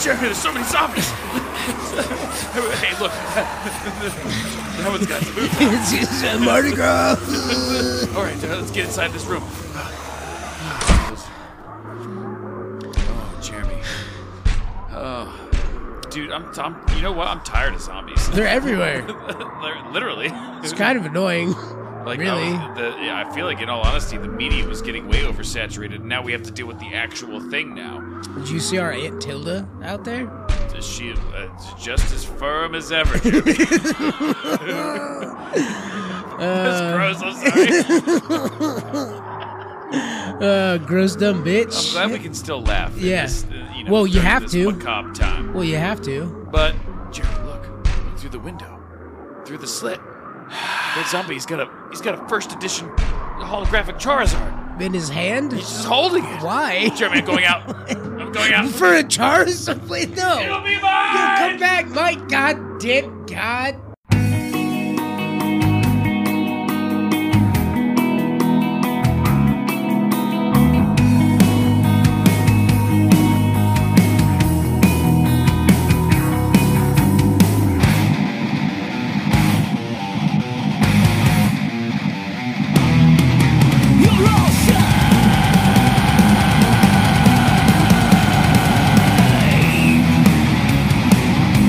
Jeremy, there's so many zombies. hey, look. That one's got to move. It's just a Mardi Gras. All right, uh, let's get inside this room. Oh, Jeremy. Oh, dude, I'm, I'm. You know what? I'm tired of zombies. They're everywhere. Li- Literally. It's kind of annoying. Like, really? I was- the, yeah, I feel like, in all honesty, the media was getting way oversaturated. and Now we have to deal with the actual thing. Now, Did you see our Aunt Tilda out there? Is she uh, just as firm as ever. Jeremy. That's gross. I'm sorry. Uh, gross dumb bitch. I'm glad we can still laugh. at Yeah. this, uh, you know, Well, you during have this to. Macabre time. Well, you have to. But Jeremy, look, look through the window, through the slit. That zombie's got a he's got a first edition holographic Charizard. In his hand? He's just holding it. Why? Jeremy, I'm going out. I'm going out. For a Charizard? Wait, no. It'll be You mine. come back, Mike. God damn, God.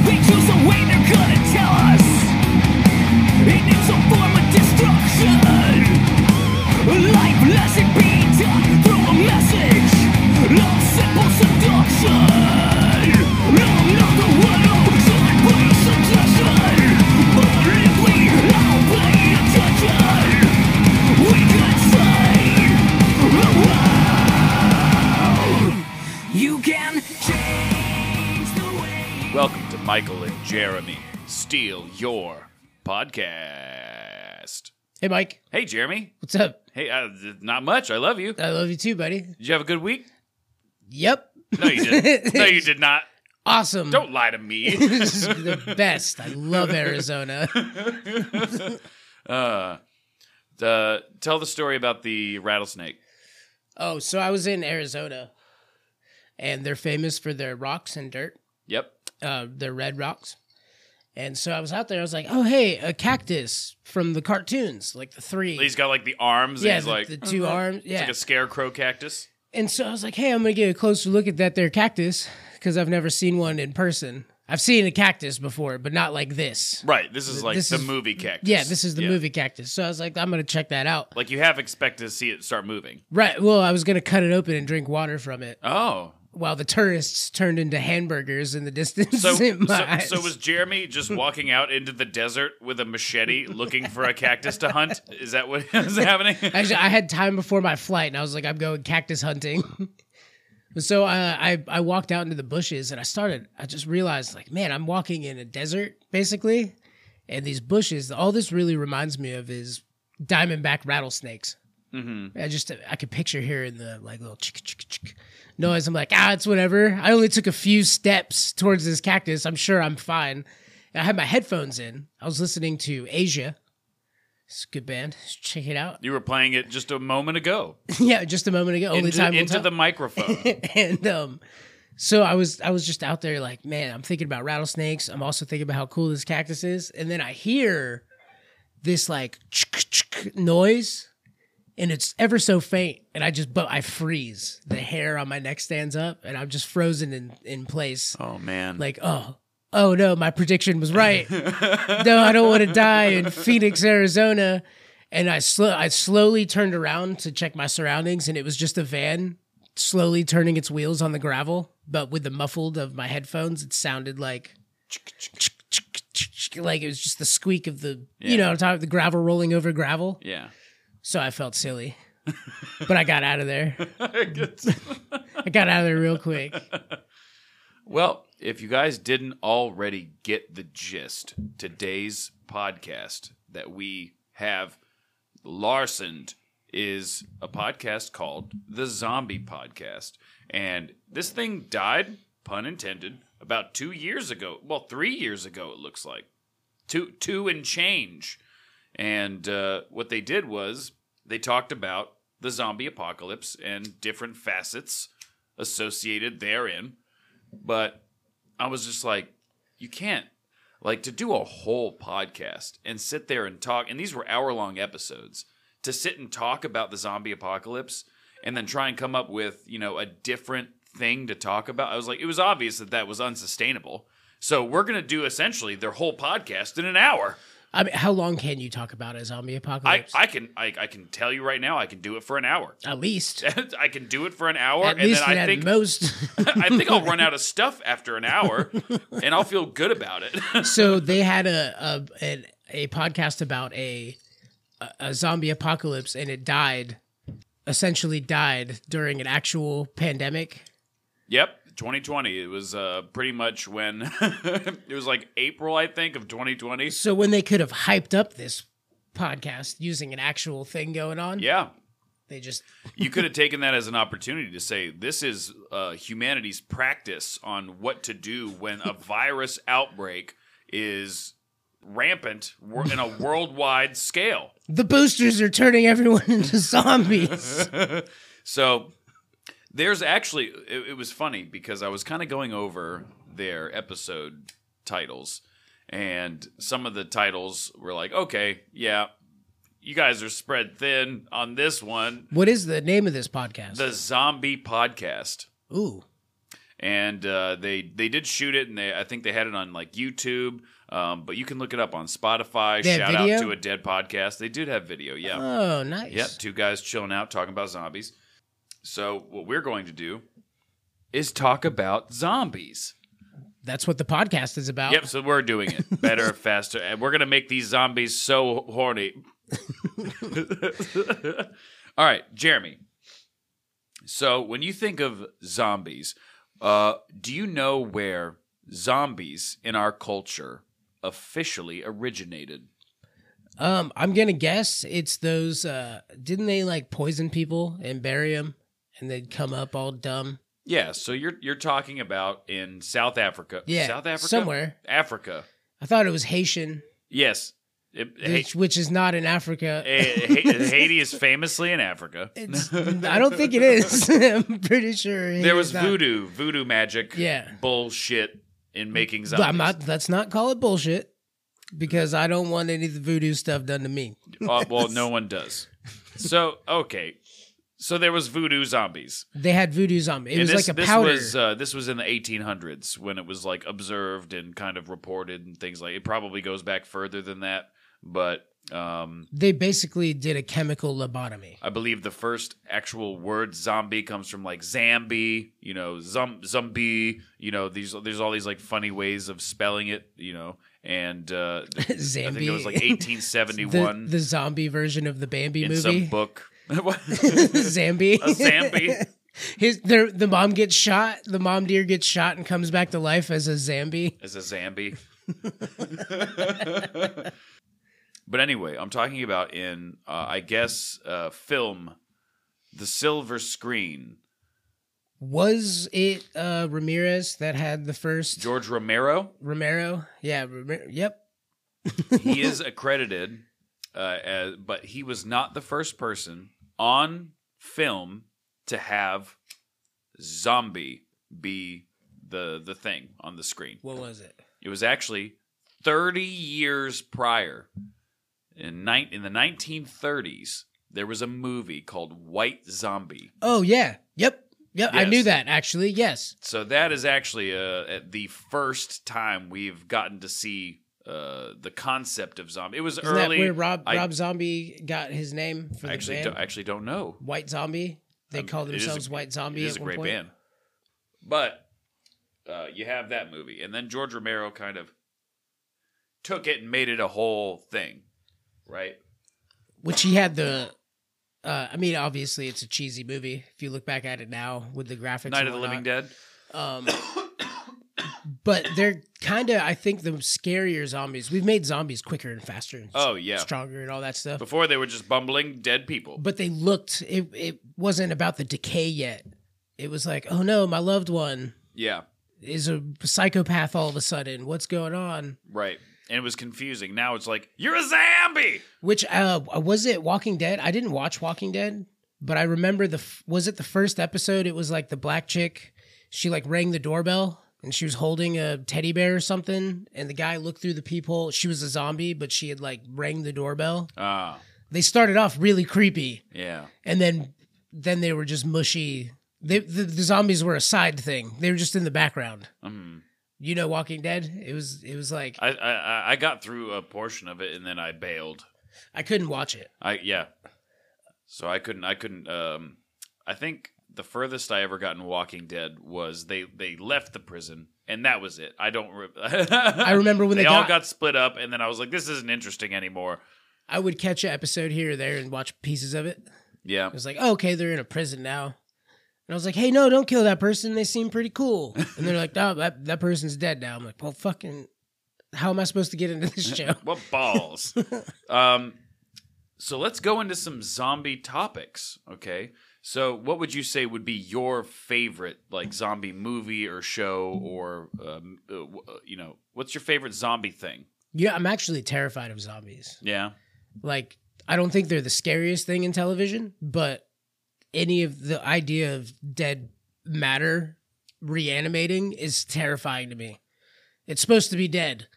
They choose a way they're gonna tell us. It is a form of destruction. Life lesson being taught through a message of simple seduction. No, not the one overjoyed by a suggestion. But if we all pay attention, we could save the world. You can change the way. Welcome to Michael and Jeremy. Steal your podcast. Hey, Mike. Hey, Jeremy. What's up? Hey, uh, th- not much. I love you. Did I love you too, buddy. you have a good week? Yep. No, you didn't. No, you did not. Awesome. Don't lie to me. this is the best. I love Arizona. Uh, tell the story about the rattlesnake. Oh, so I was in Arizona, and they're famous for their rocks and dirt, Yep. uh, their red rocks. And so I was out there. I was like, "Oh, hey, a cactus from the cartoons, like the three, He's got like the arms. yeah, and he's the, like "Hmm, the two arms, yeah." like a scarecrow cactus. and so I was like, "Hey, I'm gonna get a closer look at that there cactus because I've never seen one in person. I've seen a cactus before, but not like this. Right. This is like this the is- movie cactus. Yeah, this is the movie cactus. So I was like, I'm gonna check that out. Like you have expected to see it start moving. Right. Well, I was gonna cut it open and drink water from it Oh. while the tourists turned into hamburgers in the distance. So, in my so, eyes. so was Jeremy just walking out into the desert with a machete looking for a cactus to hunt? Is that what is happening? Actually, I had time before my flight, and I was like, I'm going cactus hunting. so uh, I I walked out into the bushes, and I started. I just realized, like, man, I'm walking in a desert basically, and these bushes. All this really reminds me of is diamondback rattlesnakes. I just I could picture hearing the like little chick chick chick noise. I'm like, ah, it's whatever. I only took a few steps towards this cactus. I'm sure I'm fine. And I had my headphones in. I was listening to Asia. It's a good band. Check it out. You were playing it just a moment ago. Yeah, just a moment ago. Only into time will into tell. the microphone. and um, so I was I was just out there like, man, I'm thinking about rattlesnakes. I'm also thinking about how cool this cactus is, and then I hear this like noise, and it's ever so faint, and I just but I freeze. The hair on my neck stands up, and I'm just frozen in in place. oh man. Like, oh. Oh no, my prediction was right. no, I don't want to die in Phoenix, Arizona. And I slow I slowly turned around to check my surroundings and it was just a van slowly turning its wheels on the gravel, but with the muffled of my headphones, it sounded like like it was just the squeak of the you know, top of the gravel rolling over gravel. yeah. So I felt silly. but I got out of there. I got out of there real quick. Well, if you guys didn't already get the gist, today's podcast that we have larsened is a podcast called The Zombie Podcast. And this thing died, pun intended, about two years ago. Well, three years ago, it looks like. Two, two and change. And uh, what they did was they talked about the zombie apocalypse and different facets associated therein. But I was just like, you can't like to do a whole podcast and sit there and talk. And these were hour long episodes to sit and talk about the zombie apocalypse and then try and come up with you know a different thing to talk about. I was like, it was obvious that that was unsustainable. So we're gonna do essentially their whole podcast in an hour. I mean, how long can you talk about a zombie I, apocalypse? I can I, I can tell you right now I can do it for an hour. at least, I can do it for an hour at and least, then and I at think most. I think I'll run out of stuff after an hour and I'll feel good about it. so they had a a, an, a podcast about a a- a zombie apocalypse, and it died, essentially died during an actual pandemic. yep. 2020 it was uh, pretty much when it was like April I think of 2020. So when they could have hyped up this podcast using an actual thing going on, Yeah. they just You could have taken that as an opportunity to say this is uh, humanity's practice on what to do when a virus outbreak is rampant wor- in a worldwide scale. the boosters are turning everyone into zombies. So there's actually it, it was funny because I was kind of going over their episode titles and some of the titles were like, "Okay, yeah, you guys are spread thin on this one, what is the name of this podcast? the Zombie Podcast." Ooh, And uh, they they did shoot it, and they I think they had it on like YouTube, um, but you can look it up on Spotify. They have Shout video? out to a dead podcast. They did have video, yeah. oh nice. Yep, two guys chilling out talking about zombies. So what we're going to do is talk about zombies. That's what the podcast is about. Yep, so we're doing it better, faster, and we're gonna make these zombies so horny. All right, Jeremy. So when you think of zombies, uh, do you know where zombies in our culture officially originated? Um, I'm gonna guess it's those. Uh, didn't they like poison people and bury them, and they'd come up all dumb? Yeah, so you're you're talking about in South Africa. Yeah, South Africa somewhere. Africa. I thought it was Haitian, Yes. It- which, which is not in Africa. Ha- Ha- Ha- Haiti is famously in Africa. It's, I don't think it is. I'm pretty sure it There was is not. voodoo, voodoo magic, Yeah. bullshit in making But zombies. I'm not. Let's not call it bullshit, because I don't want any of the voodoo stuff done to me. Uh, well, no one does. So okay, so there was voodoo zombies. They had voodoo zombie. It And was this, like a this powder. was uh, this was in the 1800s when it was like observed and kind of reported and things like. It probably goes back further than that, but um, they basically did a chemical lobotomy. I believe the first actual word zombie comes from like Zambi, you know, zum, zombie, you know, these there's all these like funny ways of spelling it, you know, and uh, Zambi. I think it was like the, 1871 the zombie version of the Bambi in movie. some book. What? Zambi. A Zambi. His their, the mom gets shot. The mom deer gets shot and comes back to life as a Zambi. as a Zambi. but anyway, I'm talking about in, uh, I guess, uh, film, The Silver Screen. Was it uh, Ramirez that had the first George Romero, Romero? Yeah. Rami- yep. he is accredited, uh, as, but he was not the first person on film to have zombie be the the thing on the screen. What was it? It was actually 30 years prior. In, nine in the 1930s, there was a movie called White Zombie. Oh yeah. Yep. Yep. I Yes. knew that actually. Yes. So that is actually uh, the first time we've gotten to see uh, the concept of zombie. It was Isn't early. that where Rob I- Rob Zombie got his name for I the actually, band? don't, actually don't know. White Zombie. They Um, called it is a- themselves White Zombie. It is a at one great point. band. But uh, you have that movie, and then George Romero kind of took it and made it a whole thing, right? which he had the uh, I mean, obviously, it's a cheesy movie. If you look back at it now with the graphics, Night and of the Living whatnot. Dead. Um, but they're kind of, I think, the scarier zombies. We've made zombies quicker and faster, and Oh yeah. stronger, and all that stuff. Before they were just bumbling dead people. But they looked. It it wasn't about the decay yet. It was like, oh no, my loved one Yeah, is a psychopath all of a sudden. What's going on? right. And it was confusing. Now it's like you're a zombie. Which uh, was it? Walking Dead. I didn't watch Walking Dead, but I remember the f- was it the first episode? It was like the black chick. She like rang the doorbell and she was holding a teddy bear or something. And the guy looked through the peephole. She was a zombie, but she had like rang the doorbell. Ah, They started off really creepy, yeah. and then then they were just mushy. They, the, the zombies were a side thing. They were just in the background. Mm. You know, Walking Dead. It was it was like I, I I- I got through a portion of it and then I bailed. I couldn't watch it. I yeah. So I couldn't I couldn't um I think the furthest I ever got in Walking Dead was they they left the prison and that was it. I don't re- I remember when they all got- got split up and then I was like this isn't interesting anymore. I would catch an episode here or there and watch pieces of it. Yeah. I was like, oh, okay, they're in a prison now. And I was like, hey, no, don't kill that person. They seem pretty cool. And they're like, no, that, that person's dead now. I'm like, well, fucking, how am I supposed to get into this show? What balls? um, so let's go into some zombie topics, okay? So, what would you say would be your favorite, like zombie movie or show, or um, uh, w- uh, you know, what's your favorite zombie thing? yeah, I'm actually terrified of zombies. Yeah, Like, I don't think they're the scariest thing in television, but any of the idea of dead matter reanimating is terrifying to me. It's supposed to be dead.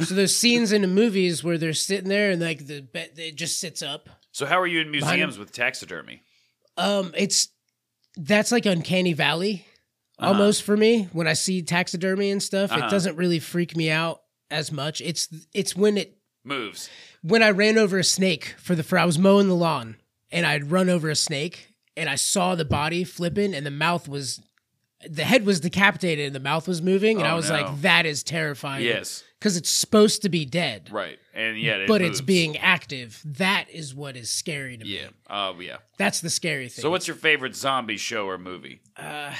So those scenes in the movies where they're sitting there and like the bed, it just sits up. So, how are you in Mine- museums with taxidermy? Um, it's that's like uncanny valley almost for me when I see taxidermy and stuff. Uh-huh. It doesn't really freak me out as much. It's it's when it Moves. when I ran over a snake for the for I was mowing the lawn and I'd run over a snake and I saw the body flipping and the mouth was the head was decapitated and the mouth was moving and Oh, I was no. like that is terrifying. Yes, because it's supposed to be dead, right, and yet, it but it's moves. being active. That is what is scary to yeah, me. uh, yeah. That's the scary thing. So, what's your favorite zombie show or movie? Uh,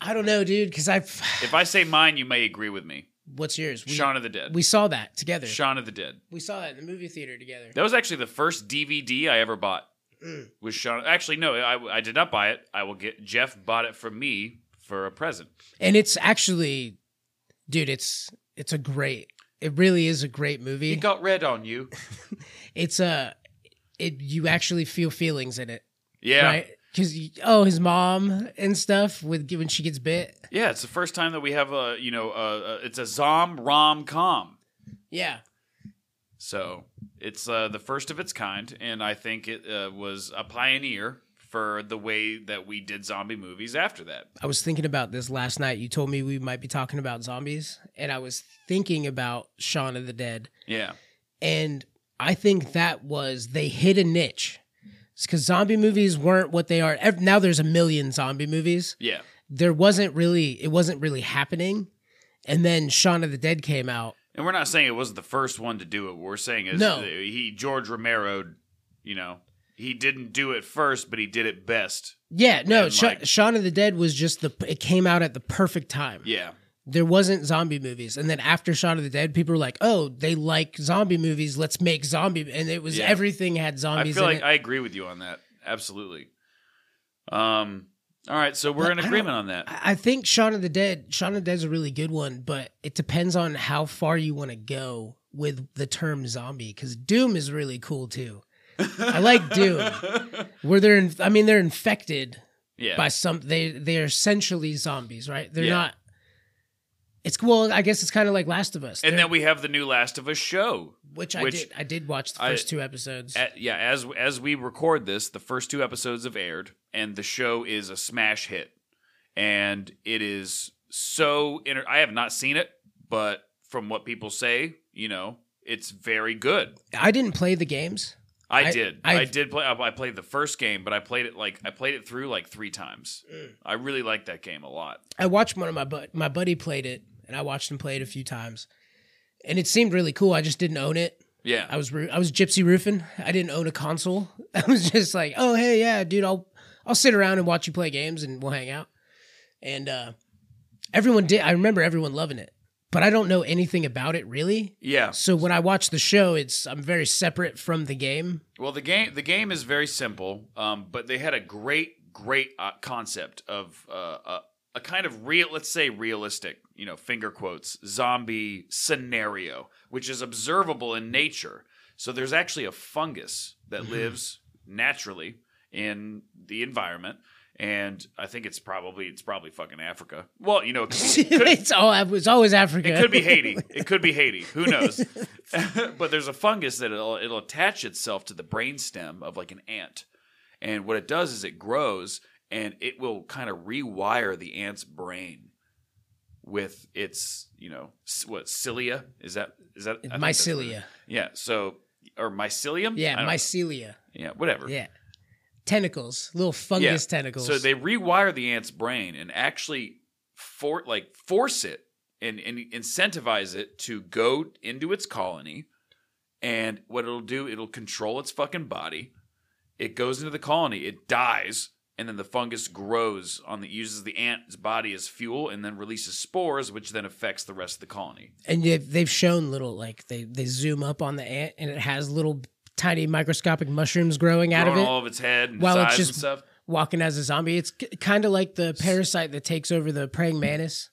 I don't know, dude. Because I've. If I say mine, you may agree with me. What's yours? We, Shaun of the Dead. We saw that together. Shaun of the Dead. we saw that in the movie theater together. That was actually the first DVD I ever bought. Was Sean? Actually, no, I, I did not buy it. I will get Jeff bought it for me for a present. And it's actually, dude. It's it's a great. It really is a great movie. It got red on you. it's a. It you actually feel feelings in it, Yeah, right? Because oh, his mom and stuff with when she gets bit. yeah. It's the first time that we have a you know uh, it's a zom rom com. Yeah, So it's uh, the first of its kind, and I think it uh, was a pioneer for the way that we did zombie movies after that. I was thinking about this last night. You told me we might be talking about zombies, and I was thinking about Shaun of the Dead. Yeah, And I think that was they hit a niche because zombie movies weren't what they are. Ev- Now there's a million zombie movies. yeah. There wasn't really, it wasn't really happening. And then Shaun of the Dead came out. And we're not saying it was the first one to do it. What we're saying is No. that he George Romero, you know, he didn't do it first, but he did it best. Yeah, no, And, Sha- like- Shaun of the Dead was just the, it came out at the perfect time. Yeah, There wasn't zombie movies. And then after Shaun of the Dead, people were like, oh, they like zombie movies. Let's make zombie. And it was Yeah. everything had I zombies feel in like it. I agree with you on that. Absolutely. Um. All right, so we're But in I don't- agreement on that. I I think Shaun of the Dead, Shaun of the Dead's a really good one, but it depends on how far you want to go with the term zombie because Doom is really cool too. I like Doom, where they're, in, I mean, they're infected yeah. by some. They they are essentially zombies, right? They're Yeah. not. It's well, I guess it's kind of like Last of Us, and They're- then we have the new Last of Us show. which I which- did, I did watch the I- first two episodes. A- yeah, as as we record this, the first two episodes have aired, and the show is a smash hit, and it is so. Inter- I have not seen it, but from what people say, you know, it's very good. I didn't play the games. I, I- did. i I've- did play. I I played the first game, but I played it like I played it through like three times. Mm. I really like that game a lot. I watched one of my bud my buddy played it, and I watched him play it a few times, and it seemed really cool. I just didn't own it. Yeah, I was roo- I was gypsy roofing. I didn't own a console. I was just like, oh hey yeah, dude, I'll I'll sit around and watch you play games and we'll hang out. And uh, everyone did. I remember everyone loving it, but I don't know anything about it really. yeah. So when I watch the show, it's I'm very separate from the game. Well, the game the game is very simple, um, but they had a great great uh, concept of uh, a, a kind of real, let's say realistic, you know, finger quotes zombie scenario, which is observable in nature. So there's actually a fungus that lives naturally in the environment. And I think it's probably it's probably fucking Africa. Well, you know, it could be- could- it's all it's always Africa. it could be Haiti. It could be Haiti. Who knows? but there's a fungus that it'll, it'll attach itself to the brainstem of like an ant. And what it does is it grows and it will kind of rewire the ant's brain with its, you know, s- what cilia is that? Is that I think that's what it is. mycelia. Yeah. So or mycelium. I Yeah, don't- mycelia. Yeah. Whatever. Yeah, tentacles, little Yeah. fungus tentacles. So they rewire the ant's brain and actually for like force it and, and incentivize it to go into its colony. And what it'll do, it'll control its fucking body. It goes into the colony, it dies, and then the fungus grows on the uses the ant's body as fuel and then releases spores, which then affects the rest of the colony. and they've, they've shown little like they they zoom up on the ant and it has little tiny microscopic mushrooms growing out Growing of it all of its head and While its it's eyes and just- stuff. walking as a zombie it's kind of like the parasite that takes over the praying mantis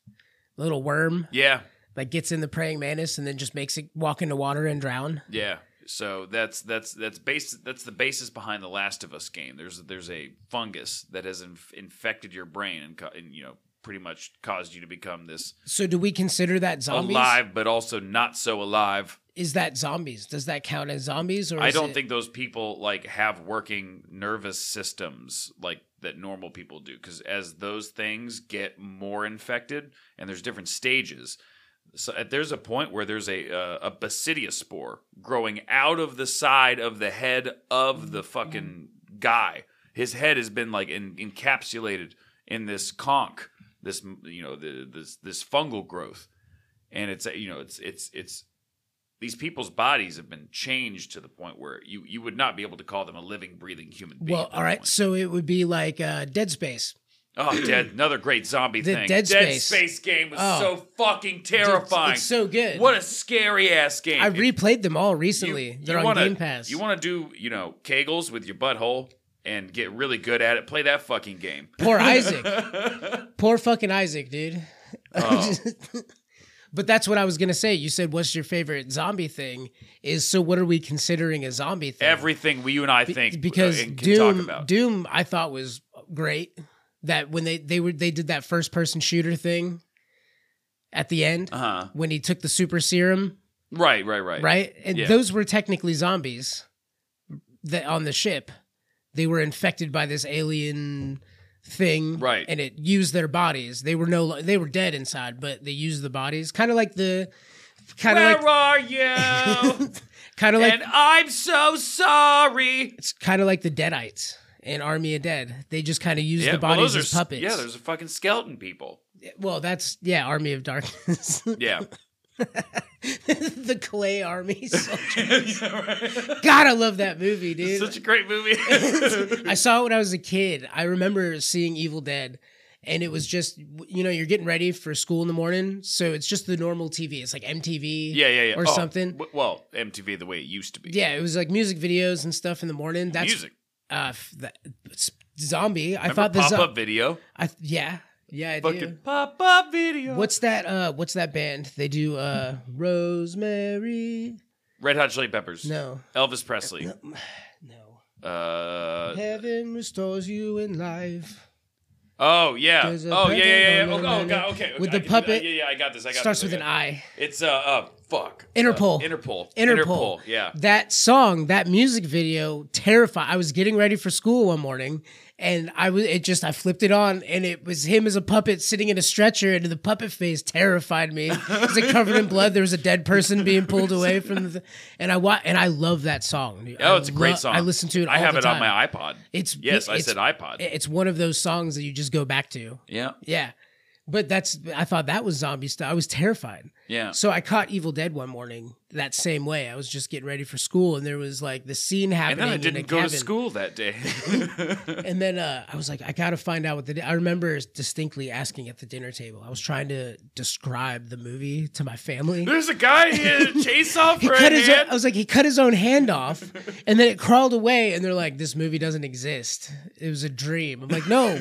little worm Yeah, that gets in the praying mantis and then just makes it walk into water and drown Yeah. So that's that's that's base that's the basis behind the Last of Us game. There's there's a fungus that has inf- infected your brain and, co- and you know pretty much caused you to become this so do we consider that zombies alive but also not so alive. is that zombies does that count as zombies or I is don't it- think those people like have working nervous systems like that normal people do cuz as those things get more infected and there's different stages so at, there's a point where there's a uh, a basidia spore growing out of the side of the head Mm, of the fucking guy. His head has been like en- encapsulated in this conch, this you know the, this this fungal growth, and it's uh, you know it's it's it's these people's bodies have been changed to the point where you you would not be able to call them a living, breathing human being. well at that all right point. so it would be like uh, dead space Oh, dead! Another great zombie The thing. Dead Space. game was Oh. so fucking terrifying. it's so good. What a scary ass game. i If replayed them all recently they're on wanna, game pass You want to do you know kegels with your butthole and get really good at it? Play that fucking game. Poor Isaac. Poor fucking Isaac, dude. Oh. but that's what I was gonna say. You said, "What's your favorite zombie thing?" Is so. What are we considering a zombie thing? Everything we you and I think uh, because and can talk Doom, about. Doom, I thought was great. That when they they were they did that first person shooter thing at the end Uh-huh. when he took the super serum, Right, right, right, right? And Yeah. those were technically zombies that on the ship. They were infected by this alien thing, Right. And it used their bodies. They were no, lo- they were dead inside, but they used the bodies, kind of like the, kind Where of like, are you? kind of like, and I'm so sorry. it's kind of like the Deadites in Army of Dead. They just kind of used the well, bodies those are s- as puppets. Yeah, there's a fucking skeleton people. well, that's yeah, Army of Darkness, Yeah, the clay army. soldier. Yeah, right. God, I love that movie, dude. such a great movie. I saw it when I was a kid. I remember seeing Evil Dead, and it was just you know you're getting ready for school in the morning, so it's just the normal TV. It's like MTV, yeah, yeah, yeah, or Oh, something. w- well, MTV the way it used to be. yeah, it was like music videos and stuff in the morning. That's music. Uh, f- that, it's zombie. I Remember thought the pop zo- up video. I th- yeah, yeah, I Fucking do. pop up video. What's that? Uh, what's that band? They do uh, Rosemary. Red Hot Chili Peppers? No, Elvis Presley. no. Uh, Heaven restores you in life. oh yeah. There's a Oh yeah, yeah, yeah. yeah. puppet on Oh, the oh god. Okay. okay, I With the can do that. puppet. Yeah, yeah. I got this. I got Starts this. with I an got I. it. It's uh, uh fuck. Interpol. Uh, Interpol. Interpol. Yeah. That song, that music video, terrified. I was getting ready for school one morning, and I was it just I flipped it on, and it was him as a puppet sitting in a stretcher, and the puppet face terrified me. It was like covered in blood. There was a dead person being pulled away from the, and I wa- and I love that song. dude. Oh, I it's a great lo- song. I listen to it. All I have the it on time. my iPod. It's Yes, I it's- said iPod. It's one of those songs that you just go back to. yeah. Yeah. But that's I thought that was zombie stuff. I was terrified. Yeah. So I caught Evil Dead one morning that same way. I was just getting ready for school, and there was like the scene And happening. then I in a didn't go to cabin. school that day. And then uh, I was like, I gotta find out what the. I remember distinctly asking at the dinner table. I was trying to describe the movie to my family. There's a guy he had a chase off He for a cut his. Own, hand. I was like, he cut his own hand off, and then it crawled away. And they're like, this movie doesn't exist. It was a dream. I'm like, no.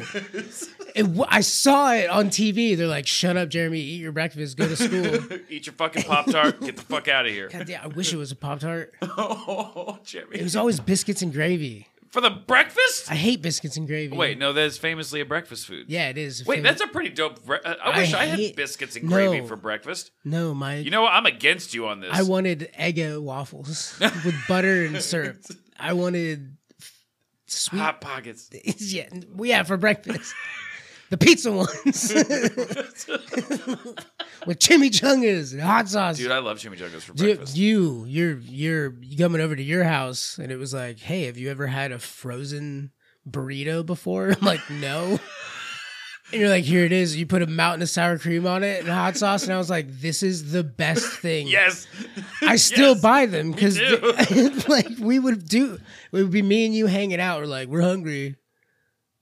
It wa- I saw it on TV. They're like, shut up, Jeremy. Eat your breakfast. Go to school. Eat your fucking pop tart. Get the fuck out of here. God damn, I wish it was a Pop Tart. oh, It Jimmy. was always biscuits and gravy. For the breakfast? I hate biscuits and gravy. Wait, no, that is famously a breakfast food. Yeah, it is. Wait, that's a pretty dope. Bre- uh, I I wish I, had hate- biscuits and No. gravy for breakfast. No, my. You know what? I'm against you on this. I wanted Eggo waffles with butter and syrup. I wanted f- sweet. Hot pockets. yeah, n- well, yeah, for breakfast. The pizza ones with chimichangas and hot sauce. Dude, I love chimichangas for Dude, breakfast. you, you're, you're you coming over to your house, and it was like, hey, have you ever had a frozen burrito before? I'm like, no. And you're like, here it is. You put a mountain of sour cream on it and hot sauce, and I was like, this is the best thing. yes. I still Yes. buy them because do. like we would do it would be me and you hanging out. We're like, we're hungry.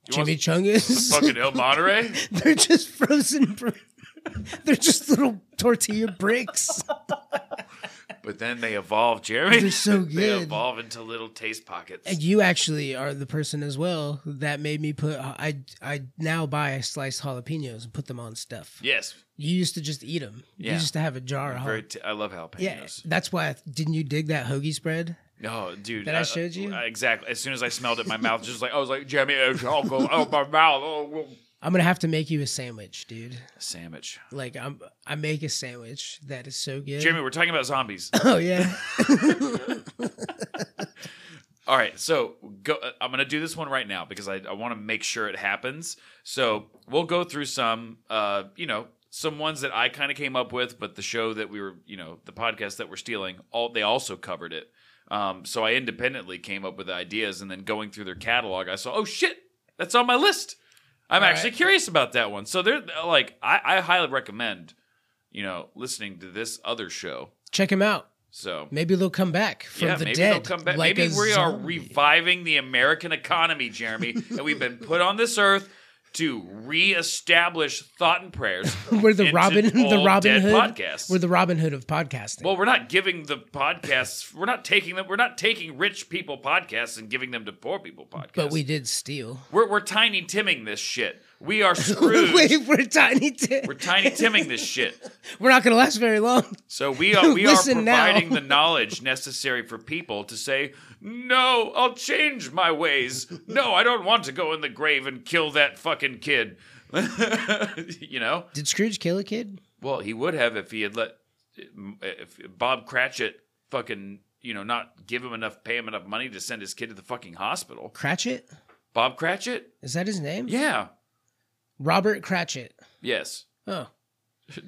You want Chimichangas. Fucking El Monterey. They're just frozen. br- They're just little tortilla bricks. But then they evolve, Jeremy. They're so They good. evolve into little taste pockets. And you actually are the person as well that made me put. I I now buy sliced jalapenos and put them on stuff. Yes. You used to just eat them. Yeah. You used to have a jar. Of Very jala- t- I love jalapenos. yeah, that's why. didn't you dig that hoagie spread? No, dude. That I showed you? I- exactly. As soon as I smelled it, my mouth just like, I was like, Jeremy, it's alcohol. Oh, my mouth. Oh, oh. I'm gonna have to make you a sandwich, dude. Sandwich. Like I'm, I make a sandwich that is so good. Jeremy, we're talking about zombies. Oh yeah. All right, so go, uh, I'm going to do this one right now because I, I want to make sure it happens. So we'll go through some, uh, you know, some ones that I kind of came up with, but the show that we were, you know, the podcast that we're stealing, all they also covered it. Um, so I independently came up with ideas, and then going through their catalog, I saw, oh shit, that's on my list. I'm All actually right. curious about that one. So they're like, I, I highly recommend, you know, listening to this other show. Check him out. So Maybe they'll come back from yeah, the maybe dead. they'll come back. like maybe a we are zombie. reviving the American economy, Jeremy, and we've been put on this earth to reestablish thought and prayers. we're the into Robin, the all Robin dead Hood. podcasts. We're the Robin Hood of podcasting. well, we're not giving the podcasts. We're not taking them. We're not taking rich people podcasts and giving them to poor people podcasts. but we did steal. we're, we're tiny timming this shit. We are screwed. Wait, we're tiny. T- We're we're, tiny timming this shit. not going to last very long. So we are we are Listen now. providing the knowledge necessary for people to say, "No, I'll change my ways. No, I don't want to go in the grave and kill that fucking kid." you know? Did Scrooge kill a kid? Well, he would have if he had let if Bob Cratchit fucking, you know, not give him enough pay him enough money to send his kid to the fucking hospital. Cratchit? Bob Cratchit? Is that his name? Yeah. Robert Cratchit. Yes. Oh.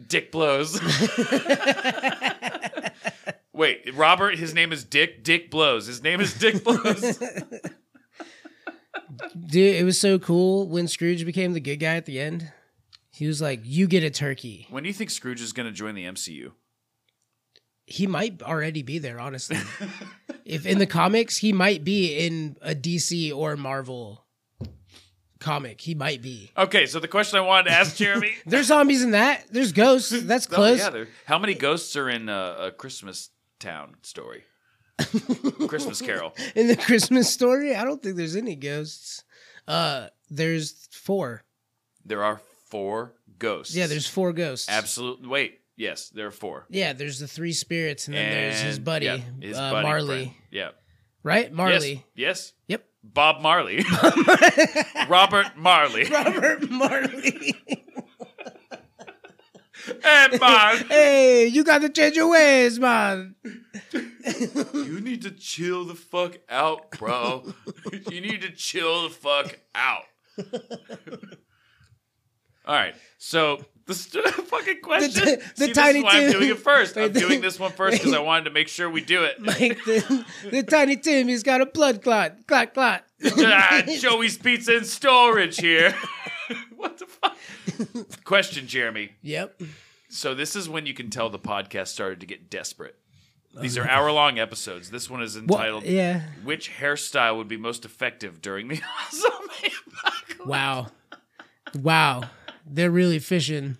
Dick blows. Wait, Robert, his name is Dick. Dick blows. His name is Dick blows. Dude, it was so cool when Scrooge became the good guy at the end. He was like, You get a turkey. When do you think Scrooge is going to join the MCU? he might already be there honestly if in the comics he might be in a dc or marvel comic he might be Okay, so the question I wanted to ask Jeremy. there's zombies in that there's ghosts that's close yeah, there- how many ghosts are in uh, a Christmas Town story? Christmas Carol. in the christmas story i don't think there's any ghosts uh there's four There are four ghosts. yeah there's four ghosts absolutely. Wait, yes, there are four. yeah there's the three spirits and then there's his And- buddy, yeah, his uh, buddy marley friend. Yeah, right marley Yes, yes. yep Bob Marley. Robert Marley. robert marley and Bob. hey you gotta change your ways man You need to chill the fuck out, bro. you need to chill the fuck out. All right. So the st- fucking question. the See, this Tiny is why I'm Tim- doing it first. I'm Wait, the- doing this one first because I wanted to make sure we do it. Like the, the tiny Tim, he's got a blood clot, clot, clot. ah, Joey's Pizza and Storage here. what the fuck? question, Jeremy. Yep. So this is when you can tell the podcast started to get desperate. These Uh. are hour-long episodes. This one is entitled Yeah. Which hairstyle would be most effective during the zombie apocalypse? Wow. Wow. They're really fishing.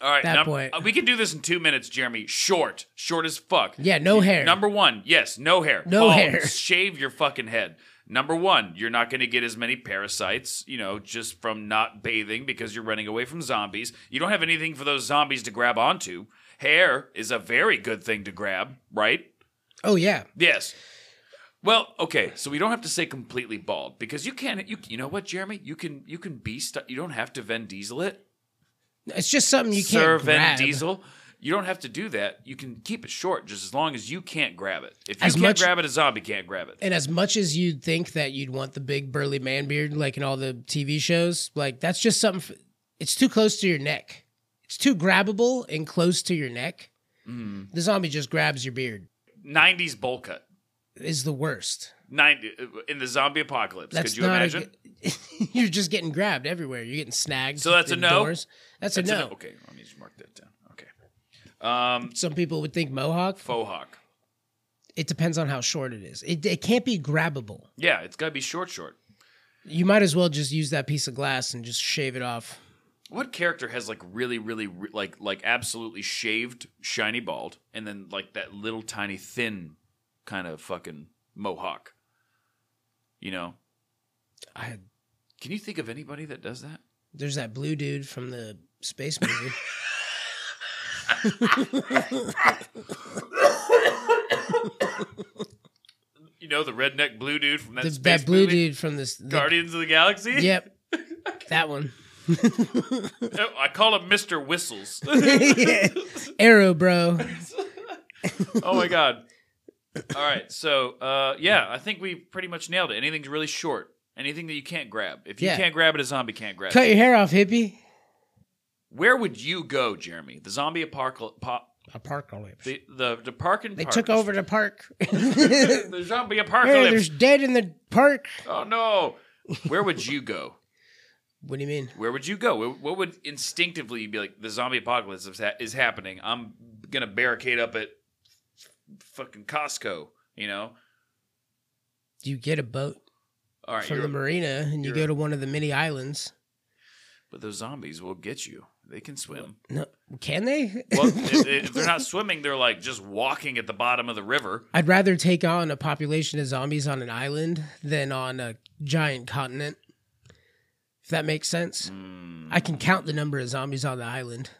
All right, That num- point. uh, we can do this in two minutes, Jeremy. Short, short as fuck. Yeah, no hair. Number one, yes, no hair. No Bald. hair. Shave your fucking head. Number one, you're not going to get as many parasites, you know, just from not bathing because you're running away from zombies. You don't have anything for those zombies to grab onto. Hair is a very good thing to grab, right? Oh yeah. Yes. Well, okay, so we don't have to say completely bald because you can you you know what, Jeremy? You can you can be stu- you don't have to Vin Diesel it. It's just something you can't Sir Vin grab. Diesel. You don't have to do that. You can keep it short just as long as you can't grab it. If you As can't much- grab it, a zombie can't grab it. And as much as you'd think that you'd want the big burly man beard, like in all the TV shows, like that's just something. F- it's too close to your neck. It's too grabbable and close to your neck. Mm. The zombie just grabs your beard. 90s bowl cut. Is the worst. 90 in the zombie apocalypse. That's Could you not. a imagine? good- you're just getting grabbed everywhere. You're getting snagged. So that's a in no? doors. That's, That's a a- no. okay, let me just mark that down. Okay. Um Some people would think mohawk. faux hawk. It depends on how short it is. It, it can't be grabbable. Yeah, it's got to be short short. You might as well just use that piece of glass and just shave it off. What character has like really, really, re- like, like absolutely shaved, shiny bald, and then like that little tiny thin kind of fucking mohawk? You know, I, can you think of anybody that does that? there's that blue dude from the space movie. You know, the redneck blue dude from that the, space that blue movie, dude from this. the- Guardians of the Galaxy. yep, that one. Oh, I call him Mister Whistles. Arrow, bro. oh my god! All right, so uh, yeah, I think we pretty much nailed it. Anything's really short. Anything that you can't grab. If you Yeah. can't grab it, a zombie can't grab it. Cut your hair off, hippie. Where would you go, Jeremy? The zombie apocalypse. A park lips. The, the the park and They park. took over the park. the zombie Hey, apocalypse. there's dead in the park. oh no! Where would you go? What do you mean? Where would you go? What- What would instinctively be like? The zombie apocalypse is, ha- is happening. I'm gonna barricade up at fucking Costco. You know. You get a boat All right, from you're- the marina and you you're- go to one of the many islands. but those zombies will get you. They can swim. No, can they? Well, if, if they're not swimming, they're like just walking at the bottom of the river. I'd rather take on a population of zombies on an island than on a giant continent. If that makes sense. Hmm. I can count the number of zombies on the island.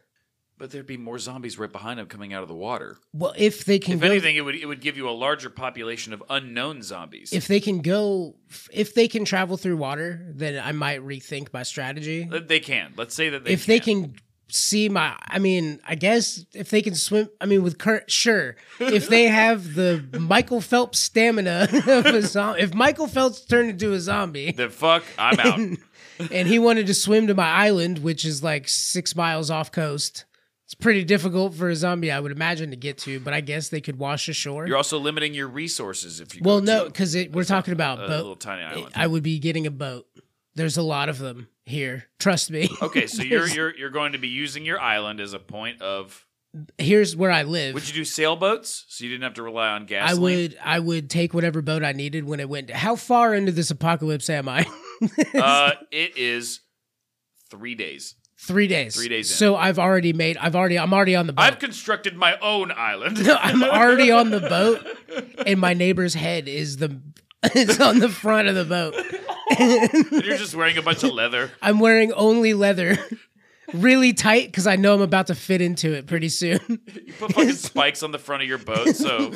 But there'd be more zombies right behind them coming out of the water. Well, if they can If go anything, it would it would give you a larger population of unknown zombies. if they can go if they can travel through water, then I might rethink my strategy. Let- They can. Let's say that they if can. they can see my I mean, I guess if they can swim I mean with current sure. If they have the Michael Phelps stamina of a zombie if Michael Phelps turned into a zombie the fuck, I'm out. and he wanted to swim to my island, which is like six miles off coast. It's pretty difficult for a zombie, I would imagine, to get to, but I guess they could wash ashore. You're also limiting your resources if you. well, go to no, because we're talking about a little boat. tiny island. I would be getting a boat. There's a lot of them here. Trust me. okay, so you're you're you're going to be using your island as a point of. Here's where I live. Would you do sailboats so you didn't have to rely on I gasoline? would I would take whatever boat I needed when it went. How far into this apocalypse am I? Uh, it is three days. three days. Three days in. So I've already made. I've already. I'm already on the boat. I've constructed my own island. Oh. No, I'm already on the boat, and my neighbor's head is the is on the front of the boat. and you're just wearing a bunch of leather. I'm wearing only leather, really tight, because I know I'm about to fit into it pretty soon. You put fucking spikes on the front of your boat, so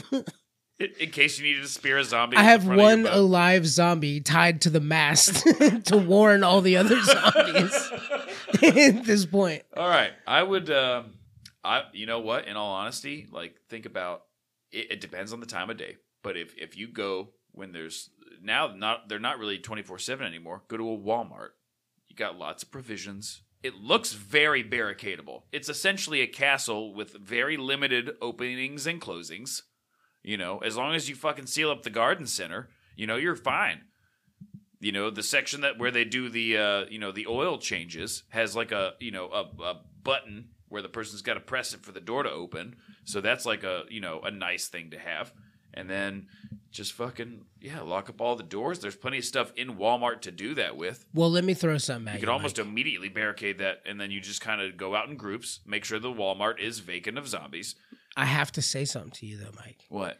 in, in case you needed to spear a zombie. I with the have front of your one boat. alive zombie tied to the mast to warn all the other zombies. At this point, All right, I would. Um, I you know what? In all honesty, like think about it, it depends on the time of day. But if if you go when there's now not they're not really twenty four seven anymore. Go to a Walmart. You got lots of provisions. It looks very barricadable. It's essentially a castle with very limited openings and closings. You know, as long as you fucking seal up the garden center, you know you're fine you know the section that where they do the uh, you know the oil changes has like a you know a, a button where the person's got to press it for the door to open so that's like a you know a nice thing to have and then just fucking yeah lock up all the doors there's plenty of stuff in walmart to do that with well, let me throw something at you. you could almost immediately barricade that and then you just kind of go out in groups make sure the walmart is vacant of zombies Mike. I have to say something to you though, Mike. what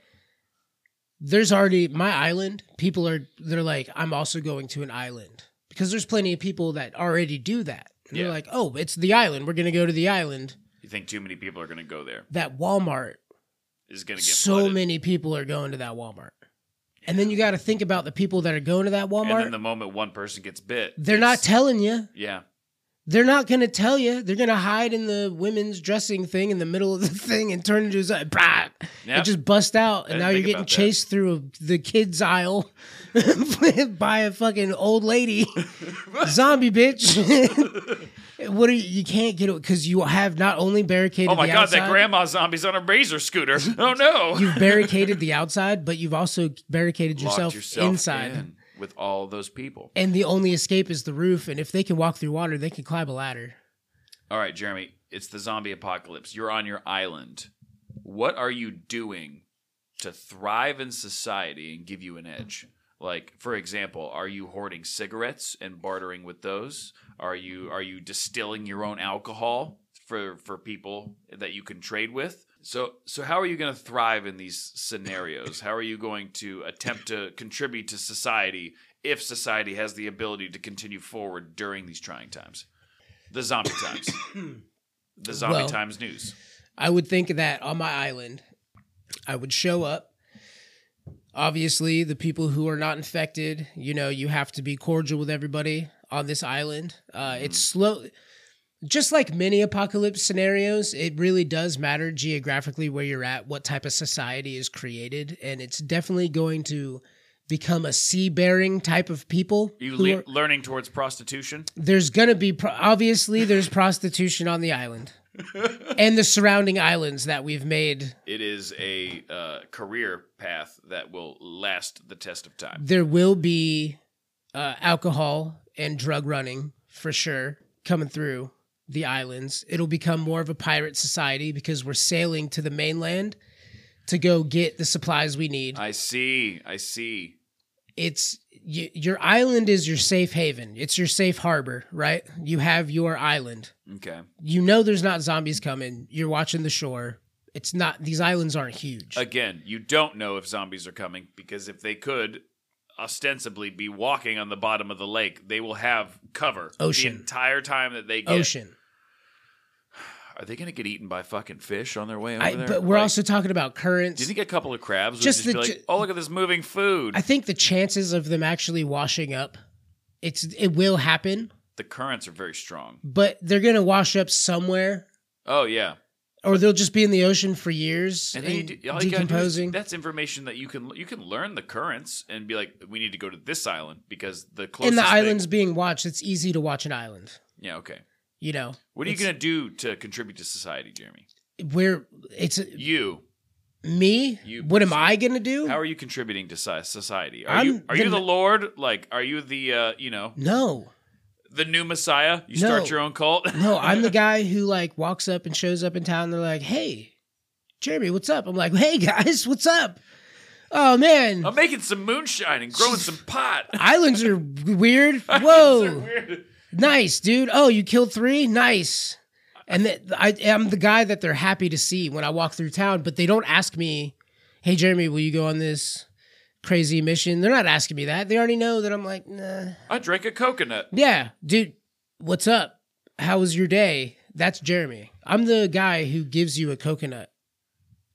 there's already my island. People are they're like, I'm also going to an island because there's plenty of people that already do that. And Yeah. They're like, oh, it's the island. We're gonna go to the island. You think too many people are going to go there? That Walmart. Is going to get So flooded. many people are going to that Walmart, and then you got to think about the people that are going to that And then Walmart. the moment one person gets bit, they're it's- not telling you. yeah, They're not gonna tell you. They're gonna hide in the women's dressing thing in the middle of the thing and turn into a brah, Yeah. and just bust out. And didn't now you're think getting about that. chased through the kids aisle by a fucking old lady, zombie bitch. what are you? You can't get it because you have not only barricaded. Oh my the god, outside, that grandma zombie's on a razor scooter. Oh no. You've barricaded the outside, but you've also barricaded Locked yourself, inside. in with all those people. And the only escape is the roof. And if they can walk through water, they can climb a ladder. All right, Jeremy, it's the zombie apocalypse. You're on your island. What are you doing to thrive in society and give you an edge? Like, for example, are you hoarding cigarettes and bartering with those? Are you are you distilling your own alcohol for for people that you can trade with? So so how are you going to thrive in these scenarios? How are you going to attempt to contribute to society if society has the ability to continue forward during these trying times? The zombie times. the zombie Well- times news. I would think that on my island, I would show up. Obviously, the people who are not infected, you know, you have to be cordial with everybody on this island. Uh, It's slow. Just like many apocalypse scenarios, it really does matter geographically where you're at, what type of society is created. And it's definitely going to become a sea bearing type of people. Are you who le- are- learning towards prostitution? there's gonna be pro- obviously there's prostitution on the island and the surrounding islands that we've made It is a uh, career path that will last the test of time. there will be uh, alcohol and drug running for sure coming through the islands it'll become more of a pirate society because we're sailing to the mainland to go get the supplies we need I see. I see. it's y- your island is your safe haven it's your safe harbor right you have your island Okay. you know there's not zombies coming. You're watching the shore. It's not these islands aren't huge. Again, you don't know if zombies are coming because if they could ostensibly be walking on the bottom of the lake, they will have cover Ocean. the entire time that they get. Ocean. Are they going to get eaten by fucking fish on their way over I, there? but we're Like, also talking about Do you currents. think a couple of crabs would Just just, the be like, ju- "Oh, look at this moving food"? I think the chances of them actually washing up, it's it will happen, the currents are very strong. but they're gonna wash up somewhere, Oh yeah, or they'll just be in the ocean for years and and, then you do, all you gotta do is, decomposing. that's information that you can you can learn the currents and be like, we need to go to this island because the closest and the thing- island's being watched. It's easy to watch an island. Yeah, okay. You know, What are you It's- gonna do to contribute to society, Jeremy? we're it's You, me. You what am I gonna do? how are you contributing to soci- society? Are I'm you are the you the n- Lord? Like, are you the uh, you know no. the new Messiah? You No. start your own cult. No, I'm the guy who like walks up and shows up in town. They're like, "Hey, Jeremy, what's up?" I'm like, "Hey guys, what's up?" Oh man, I'm making some moonshine and growing some pot. islands are weird. These are Whoa, weird. nice dude. Oh, you killed three. Nice. And that I am the guy that they're happy to see when I walk through town, but they don't ask me, "Hey Jeremy, will you go on this crazy mission?" They're not asking me that. They already know that I'm like, "Nah." I drank a coconut. Yeah, dude, what's up? How was your day? That's Jeremy. I'm the guy who gives you a coconut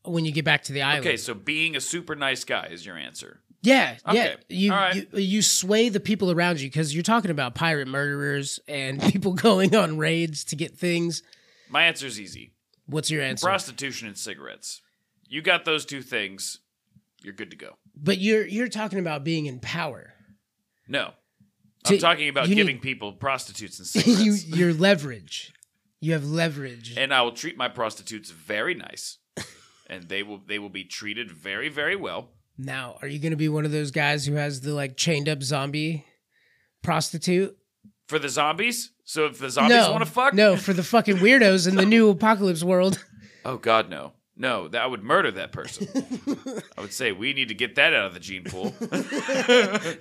when you get back to the island. Okay, so being a super nice guy is your answer. Yeah, Okay, yeah. You, all right. you you sway the people around you because you're talking about pirate murderers and people going on raids to get things. My answer is easy. What's your answer? prostitution and cigarettes. You got those two things, you're good to go. but you're you're talking about being in power. No, To- I'm talking about you giving need- people prostitutes and you cigarettes, your leverage. You have leverage. and I will treat my prostitutes very nice, and they will they will be treated very very well. Now, are you going to be one of those guys who has the like chained up zombie prostitute? For the zombies, so if the zombies want to fuck, No, for the fucking weirdos in the new apocalypse world. Oh God, no, No, that I would murder that person. I would say we need to get that out of the gene pool.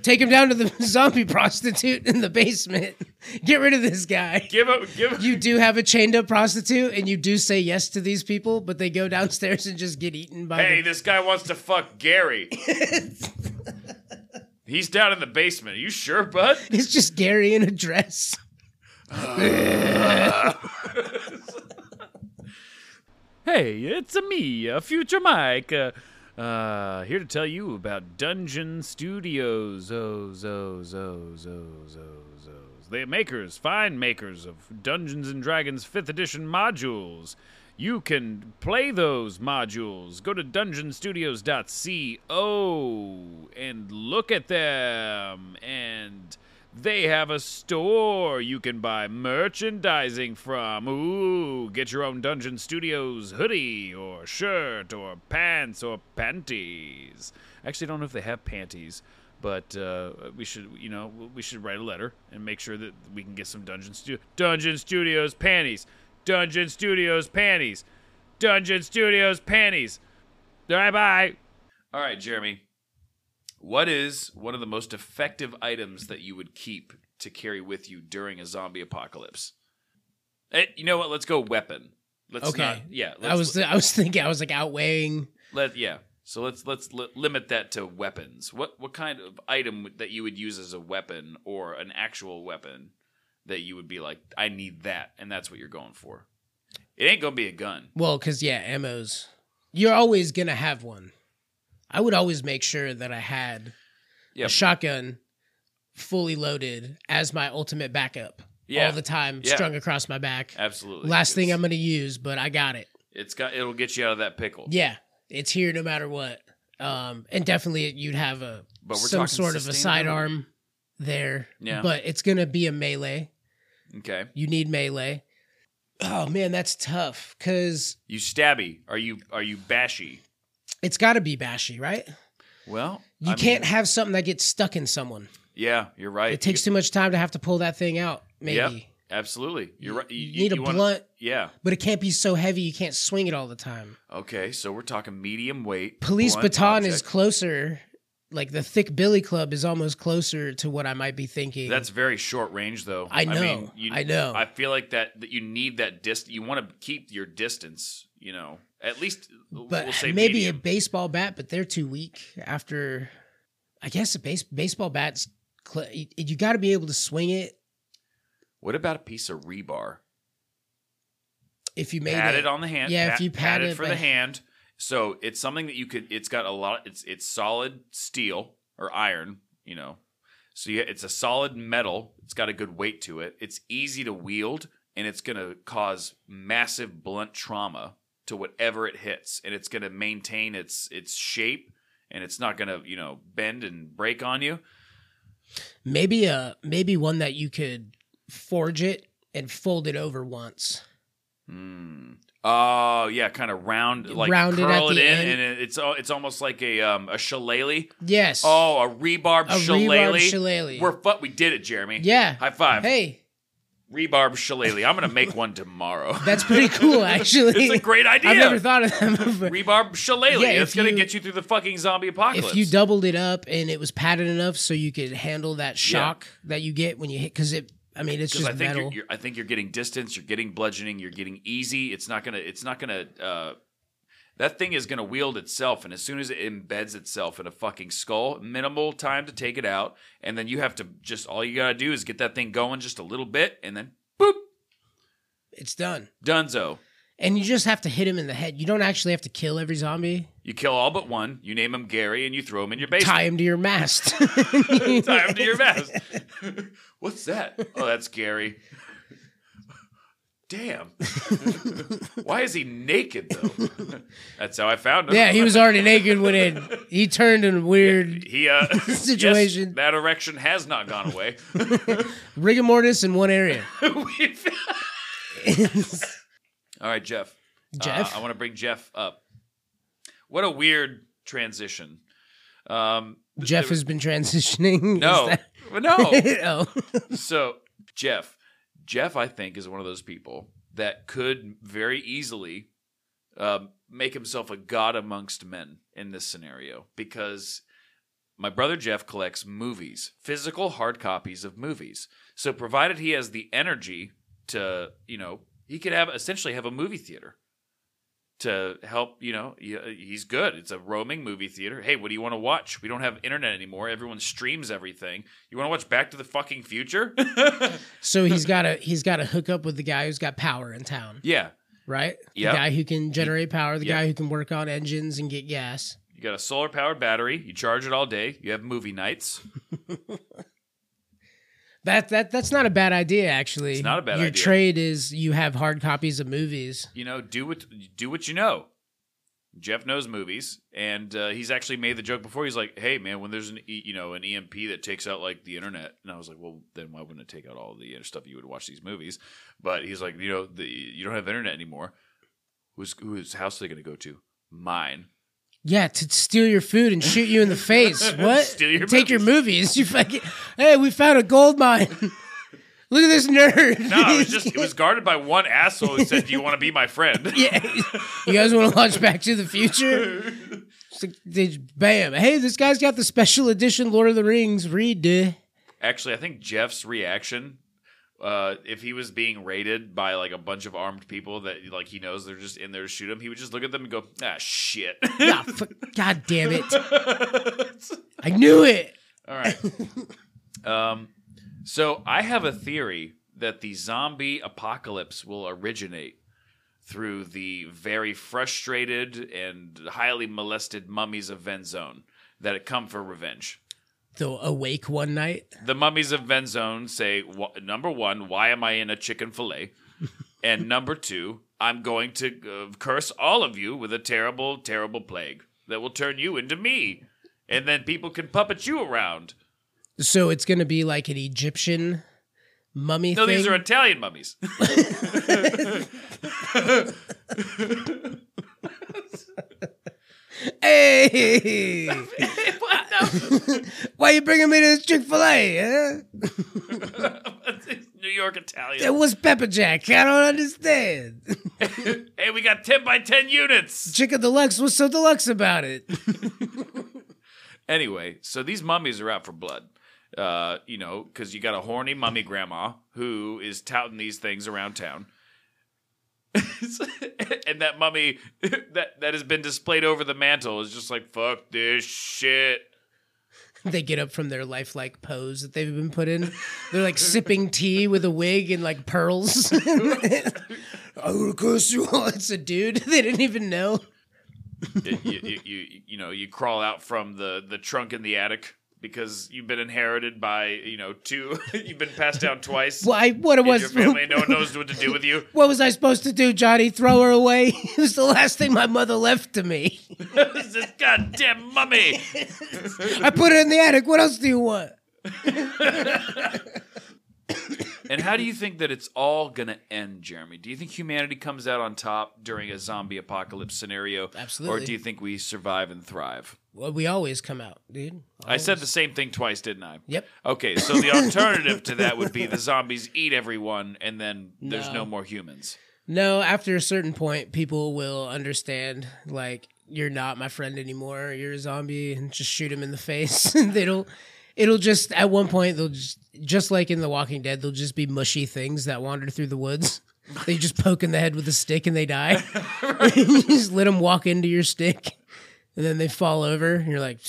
Take him down to the zombie prostitute in the basement. Get rid of this guy. give up, give up. You do have a chained up prostitute, and you do say yes to these people, but they go downstairs and just get eaten by. Hey, the- this guy wants to fuck Gary. He's down in the basement. Are you sure, bud? it's just Gary in a dress. Hey, it's a me, a future Mike, uh, uh, here to tell you about Dungeon Studios. Oh, oh, oh, oh, oh, oh. They're makers, fine makers of Dungeons and Dragons 5th edition modules. You can play those modules. Go to dungeonstudios.co and look at them and they have a store you can buy merchandising from. Ooh, get your own Dungeon Studios hoodie or shirt or pants or panties. Actually, I don't know if they have panties, but uh, we should, you know, we should write a letter and make sure that we can get some Dungeon Studios Dungeon Studios panties. Dungeon Studios panties. Dungeon Studios panties. Bye bye. All right, Jeremy. What is one of the most effective items that you would keep to carry with you during a zombie apocalypse? Eh, you know what? Let's go weapon. Let's Okay. not. Yeah. Let's, I was I was thinking I was like outweighing. Let yeah. So let's let's li- limit that to weapons. What what kind of item would- that you would use as a weapon or an actual weapon that you would be like, I need that, and that's what you're going for. It ain't gonna be a gun. Well, because yeah, ammo's. You're always gonna have one. I would always make sure that I had Yeah. a shotgun fully loaded as my ultimate backup Yeah. all the time, Yeah. strung across my back. Absolutely. Last thing It's- I'm gonna use, but I got it. It's got. It'll get you out of that pickle. Yeah, it's here no matter what. Um, and definitely you'd have a But we're some talking sort of a sustainability. sidearm there. Yeah. But it's gonna be a melee. Okay. You need melee. Oh man, that's tough because You stabby? Are you are you bashy? it's got to be bashy, right? Well, You I can't mean, have something that gets stuck in someone. yeah, you're right. It takes too much time to have to pull that thing out. Maybe Yeah, absolutely. You're right. you, need a wanna- blunt, Yeah. but it can't be so heavy you can't swing it all the time. Okay. So we're talking medium weight. Police blunt baton is object. closer. Like the thick billy club is almost closer to what I might be thinking. That's very short range, though. I know. I, mean, you, know. I feel like that that you need that dist. You want to keep your distance. You know, at least. but we'll say maybe medium. a baseball bat, but they're too weak after. I guess a base baseball bat's cl- you, you got to be able to swing it What about a piece of rebar? if you made Pat it. it on the hand. Yeah, if pat- you pat it for by- the hand. So it's something that you could. It's got a lot. It's it's solid steel or iron. You know, so yeah, it's a solid metal. It's got a good weight to it. It's easy to wield, and it's gonna cause massive blunt trauma to whatever it hits, and it's gonna maintain its its shape, and it's not gonna you know bend and break on you. Maybe a maybe one that you could forge it and fold it over once. Mm. Oh yeah, kind of round, like Round it at curl it, the in, end. and it, it's al- it's almost like a um, a shillelagh. Yes. Oh, a rebarb a shillelagh. rebarb shillelagh. We're fu- we did it, Jeremy. yeah. High five. Hey, Rebarb shillelagh. I'm gonna make one tomorrow. that's pretty cool, actually. it's a great idea. I've never thought of that before. Rebarb shillelagh. Yeah, it's if gonna you- get you through the fucking zombie apocalypse. If you doubled it up and it was padded enough so you could handle that shock that you get when you hit, because it, I mean, it's just because I think metal. you're, you're, I think you're getting distance, you're getting bludgeoning, you're getting easy. It's not gonna. It's not gonna. Uh, that thing is gonna wield itself, and as soon as it embeds itself in a fucking skull, minimal time to take it out, and then you have to just all you gotta do is get that thing going just a little bit, and then boop, it's done. Dunzo. And you just have to hit him in the head. You don't actually have to kill every zombie. You kill all but one. You name him Gary, and you throw him in your basement. Tie him to your mast. Tie him to your vest. What's that? Oh, that's Gary. Damn. Why is he naked though? that's how I found him. yeah, he was already naked when it, he turned in a weird He uh, yes, Situation. that erection has not gone away. rigor mortis in one area. Uh, We found- all right, Jeff. Uh, Jeff? I want to bring Jeff up. What a weird transition. Um, Jeff has been transitioning. Is no, that- no. oh. so Jeff, Jeff, I think is one of those people that could very easily um, make himself a god amongst men in this scenario because my brother Jeff collects movies, physical hard copies of movies. So provided he has the energy to, you know, he could have essentially have a movie theater to help, you know, he- he's good. It's a roaming movie theater. Hey, what do you want to watch? We don't have internet anymore. Everyone streams everything. You want to watch Back to the fucking Future? So he's got to he's got to hook up with the guy who's got power in town, yeah. right? Yep. The guy who can generate power, the Yep. guy who can work on engines and get gas. You got a solar powered battery. You charge it all day. You have movie nights. That that that's not a bad idea actually. It's not a bad Your idea. trade is you have hard copies of movies. you know, do what do what you know. Jeff knows movies, and uh, he's actually made the joke before. He's like, "Hey, man, when there's an E- you know an EMP that takes out like the internet," and I was like, "Well, then why wouldn't it take out all the other stuff you would watch these movies?" But he's like, "You know, the, you don't have internet anymore. Who's whose house are they going to go to? Mine. Yeah, to steal your food and shoot you in the face. What? Steal your Take your movies. You fucking Hey, we found a gold mine. Look at this nerd. No, it was just it was guarded by one asshole who said, "Do you want to be my friend?" yeah. You guys want to launch Back to the Future? It's like, they just- bam. Hey, this guy's got the special edition Lord of the Rings read. duh. Actually, I think Jeff's reaction, uh, if he was being raided by like a bunch of armed people that like he knows they're just in there to shoot him, he would just look at them and go, "Ah, shit." Ah, fuck, God damn it. I knew it. All right. Um, so I have a theory that the zombie apocalypse will originate through the very frustrated and highly molested mummies of Venzone that had come for revenge. The awake one night. the mummies of Venzone say wh- number one, why am I in a chicken fillet? and number two, I'm going to uh, curse all of you with a terrible, terrible plague that will turn you into me, and then people can puppet you around. So it's gonna be like an Egyptian mummy No, thing. these are Italian mummies. hey, What? No. why you bringing me to this Chick Fil A? Huh? New York It Italian. was pepper jack. I don't understand. Hey, we got ten by ten units. Chicken deluxe. What's so deluxe about it? Anyway, so these mummies are out for blood. Uh, you know, because you got a horny mummy grandma who is touting these things around town. and that mummy that that has been displayed over the mantle is just like fuck this shit. they get up from their lifelike pose that they've been put in. They're like sipping tea with a wig and like pearls. I will curse you all. It's a dude. They didn't even know. you, you, you you know you crawl out from the the trunk in the attic because you've been inherited by you know two you've been passed down twice. Why? What it in was? your family no one knows what to do with you. What was I supposed to do, Johnny? Throw her away? it was the last thing my mother left to me. It's this goddamn mummy. I put her in the attic. What else do you want? And how do you think that it's all going to end, Jeremy? Do you think humanity comes out on top during a zombie apocalypse scenario? Or Absolutely. do you think we survive and thrive? Well, we always come out, dude. I said the same thing twice, didn't I? Yep. Okay, so the alternative to that would be the zombies eat everyone and then there's no No. more humans. No, after a certain point, people will understand, like, you're not my friend anymore. You're a zombie, and just shoot him in the face. they don't. It'll just at one point they'll just just like in The Walking Dead, they'll just be mushy things that wander through the woods. They just poke in the head with a stick and they die. you just let them walk into your stick, and then they fall over. And you're like,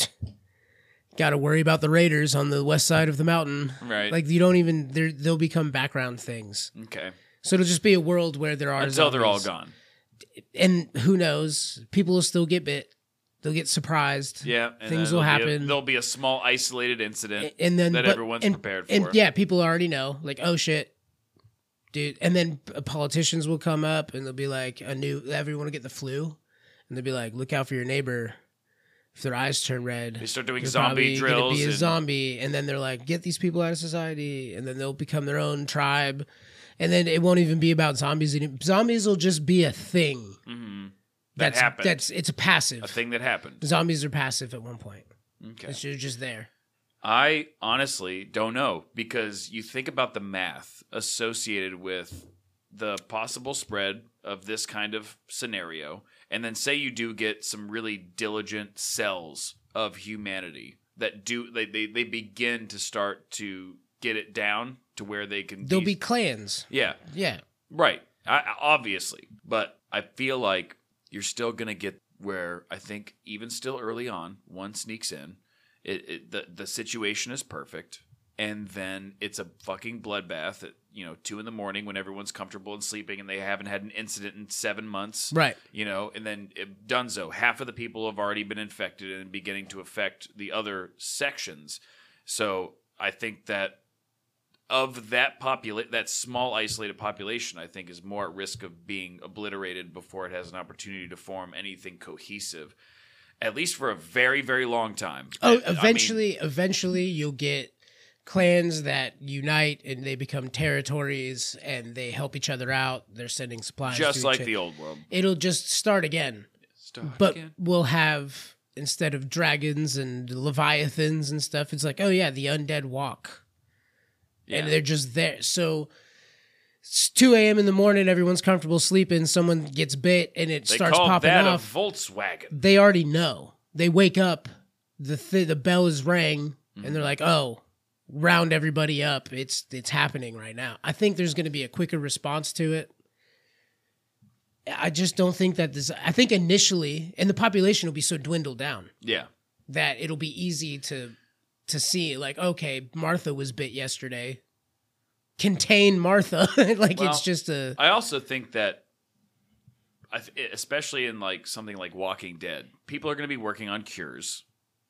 got to worry about the raiders on the west side of the mountain. Right. Like you don't even they're- they'll become background things. Okay. So it'll just be a world where there are Until they're all zombies. gone. And who knows? People will still get bit. They'll get surprised. Yeah. and Things then will there'll be a- happen. there'll be a small isolated incident. And then That but- everyone's and- prepared And for. yeah, people already know. Like, oh shit, dude. And then p- politicians will come up and they'll be like, a new everyone will get the flu, and they'll be like, look out for your neighbor. If their eyes turn red, They start doing you're zombie probably gonna drills. be a and- zombie, and then they're like, get these people out of society, and then they'll become their own tribe, and then it won't even be about zombies. any- Zombies will just be a thing. Mhm. That That's happened. That's it's a passive. a thing that happened. Zombies are passive at one point. Okay. It's ju- just there. I honestly don't know because you think about the math associated with the possible spread of this kind of scenario, and then say you do get some really diligent cells of humanity that do they they, they begin to start to get it down to where they can There'll be clans. yeah Yeah. Right. I, I- obviously, but I feel like you're still gonna get where I think even still early on, one sneaks in. It, it the the situation is perfect, and then it's a fucking bloodbath at you know two in the morning when everyone's comfortable and sleeping, and they haven't had an incident in seven months. Right. You know, and then it, Dunzo, half of the people have already been infected and beginning to affect the other sections. So I think that of that popula- that small isolated population, I think is more at risk of being obliterated before it has an opportunity to form anything cohesive, at least for a very, very long time. I- I Oh, mean, eventually, eventually you'll get clans that unite and they become territories and they help each other out. They're sending supplies. just to like each the old world. It'll just start again, Start but again. we'll have instead of dragons and leviathans and stuff, it's like, oh yeah, the undead walk, yeah. and they're just there. So. It's 2 a.m. in the morning. Everyone's comfortable sleeping. Someone gets bit, and it they starts call popping that off. a Volkswagen. they already know. They wake up, the th- the bell is rang, and Mm-hmm. they're like, "Oh, round everybody up! It's it's happening right now." I think there's going to be a quicker response to it. I just don't think that this. I think initially, and the population will be so dwindled down Yeah, that it'll be easy to to see. Like, okay, Martha was bit yesterday. Contain Martha. like Well, it's just a I also think that, I th- e, especially in like something like Walking Dead, people are going to be working on cures,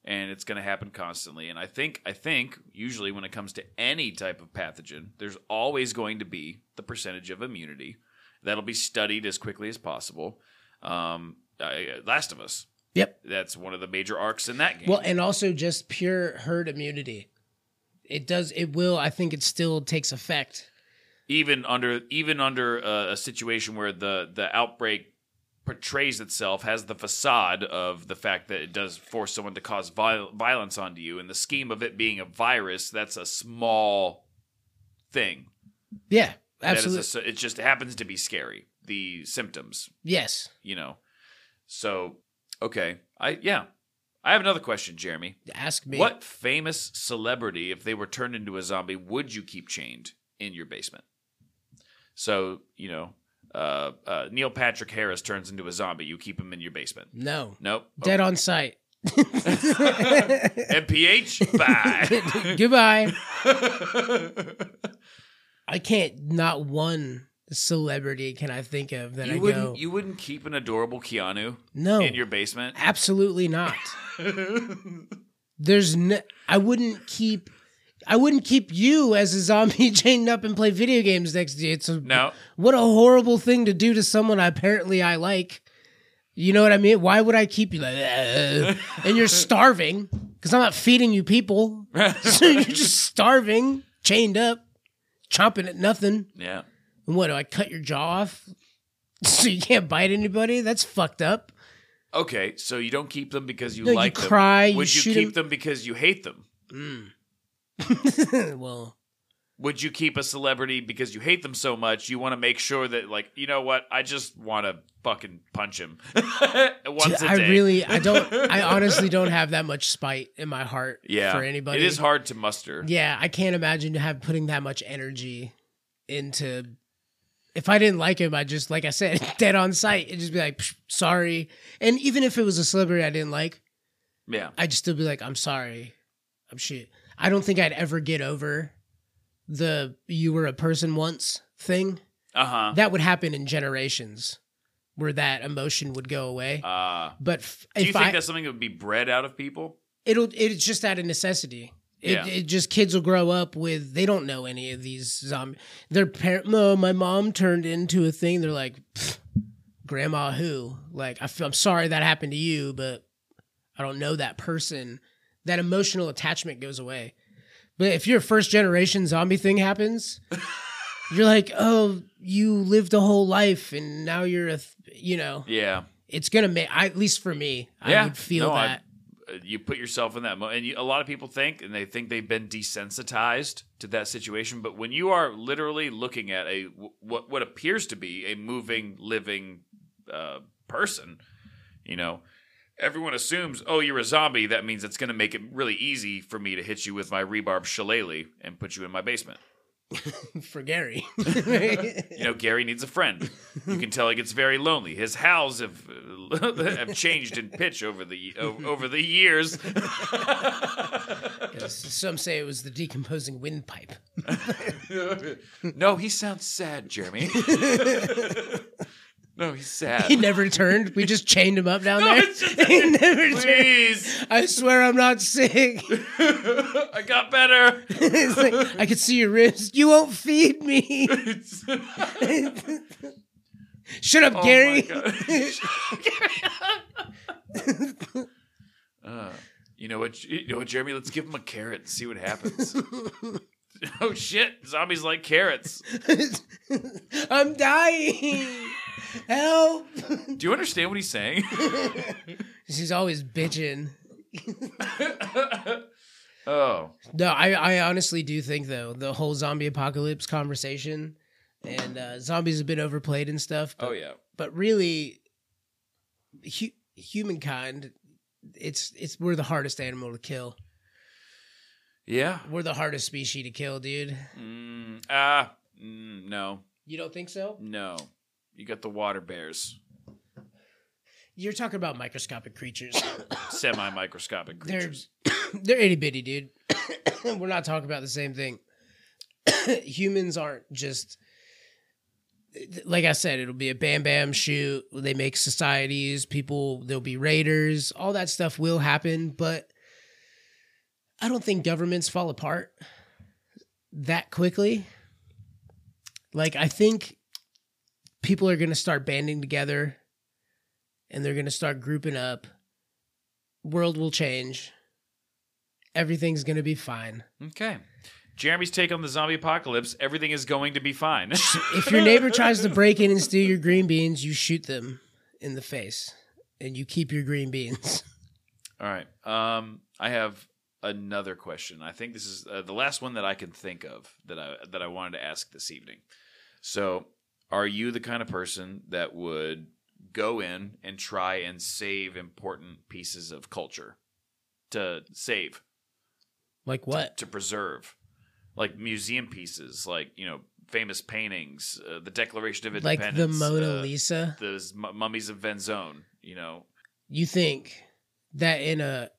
and it's going to happen constantly. And I think I think usually when it comes to any type of pathogen, there's always going to be the percentage of immunity that'll be studied as quickly as possible. Um, I, Last of Us, yep. that's one of the major arcs in that game. Well, and also just pure herd immunity. It does. It will. I think it still takes effect. even under even under uh, a situation where the the outbreak portrays itself has the facade of the fact that it does force someone to cause viol- violence onto you in the scheme of it being a virus that's a small thing Yeah, That is a absolutely. s- it just happens to be scary the symptoms yes. you know so okay i yeah i have another question jeremy Ask me. what famous celebrity, if they were turned into a zombie, would you keep chained in your basement? So, you know, uh, uh, Neil Patrick Harris turns into a zombie. You keep him in your basement. No. Nope. Dead on sight. Oh, MPH? Bye. Goodbye. I can't. Not one celebrity can I think of that I you, go. Oh. wouldn't, you wouldn't keep an adorable Keanu no. in your basement? Absolutely not. There's no. I wouldn't keep. I wouldn't keep you as a zombie chained up and play video games next to you. It's a, No. What a horrible thing to do to someone apparently I like. You know what I mean? Why would I keep you like "Ugh." and you're starving because I'm not feeding you people. so you're just starving, chained up, chomping at nothing. Yeah. And what do I cut your jaw off so you can't bite anybody? That's fucked up. Okay, so you don't keep them because you No, you like them. cry, you Would you, shoot keep him- them because you hate them? well, would you keep a celebrity because you hate them so much you want to make sure that like you know what i just want to fucking punch him once a I day really, I don't, I honestly don't have that much spite in my heart yeah for anybody. it is hard to muster Yeah, I can't imagine to have putting that much energy into. If I didn't like him, I just like I said, dead on sight. It'd just be like, "Psh, sorry. And even if it was a celebrity I didn't like, yeah I'd just still be like, I'm sorry, I'm shit. I don't think I'd ever get over the "you were a person once" thing. uh-huh That would happen in generations, where that emotion would go away. uh but f- do if you think I, that's something that would be bred out of people it'll it's just out of necessity. It, Yeah. it just kids will grow up with they don't know any of these zombie. Their parent, no, my mom turned into a thing. They're like, "Pfft, grandma who? Like, I feel, I'm sorry that happened to you, but I don't know that person. That emotional attachment goes away. But if your first generation zombie thing happens, you're like, oh, you lived a whole life and now you're a, th- you know, yeah it's gonna make. At least for me, I yeah would feel No, I- that. uh, you put yourself in that moment. And you, a lot of people think, and they think they've been desensitized to that situation. But when you are literally looking at a what what appears to be a moving, living uh, person, you know, everyone assumes, oh, you're a zombie. That means it's going to make it really easy for me to hit you with my rebarb shillelagh and put you in my basement. for Gary. You know, Gary needs a friend. You can tell he gets very lonely. His howls have have changed in pitch over the o- over the years. 'Cause Some say it was the decomposing windpipe. No, he sounds sad, Jeremy. no, he's He sad. never turned. We just chained him up down there. it's just- he never turned. Please, I swear I'm not sick. I got better. It's like, I could see your ribs. You won't feed me. Shut up, Oh my Gary. God. Uh, you know what? You know what, Jeremy? Let's give him a carrot and see what happens. oh shit! Zombies like carrots. I'm dying. Help. Do you understand what he's saying? She's always bitching. oh, No, I, I honestly do think though the whole zombie apocalypse conversation and uh, zombies have been overplayed and stuff. But, oh yeah. but really, hu- humankind, it's it's we're the hardest animal to kill. Yeah. We're the hardest species to kill, dude. Mm, ah, mm, no, You don't think so? no. You got the water bears, You're talking about microscopic creatures. semi microscopic they're creatures. they're itty bitty, dude. We're not talking about the same thing. Humans aren't just like I said. It'll be a bam bam shoot. They make societies. People. There'll be raiders. All that stuff will happen, but I don't think governments fall apart that quickly. Like I think people are going to start banding together, and they're going to start grouping up. World will change everything's gonna be fine. Okay. Jeremy's take on the zombie apocalypse: everything is going to be fine. If your neighbor tries to break in and steal your green beans, you shoot them in the face and you keep your green beans. All right. Um, I have another question. I think this is uh, the last one that I can think of that I that I wanted to ask this evening. So, are you the kind of person that would go in and try and save important pieces of culture to save? Like what? to preserve, like museum pieces, like you know, famous paintings, uh, the Declaration of Like Independence, the Mona uh, Lisa? the s- mu- mummies of Venzone. You know, You think that in a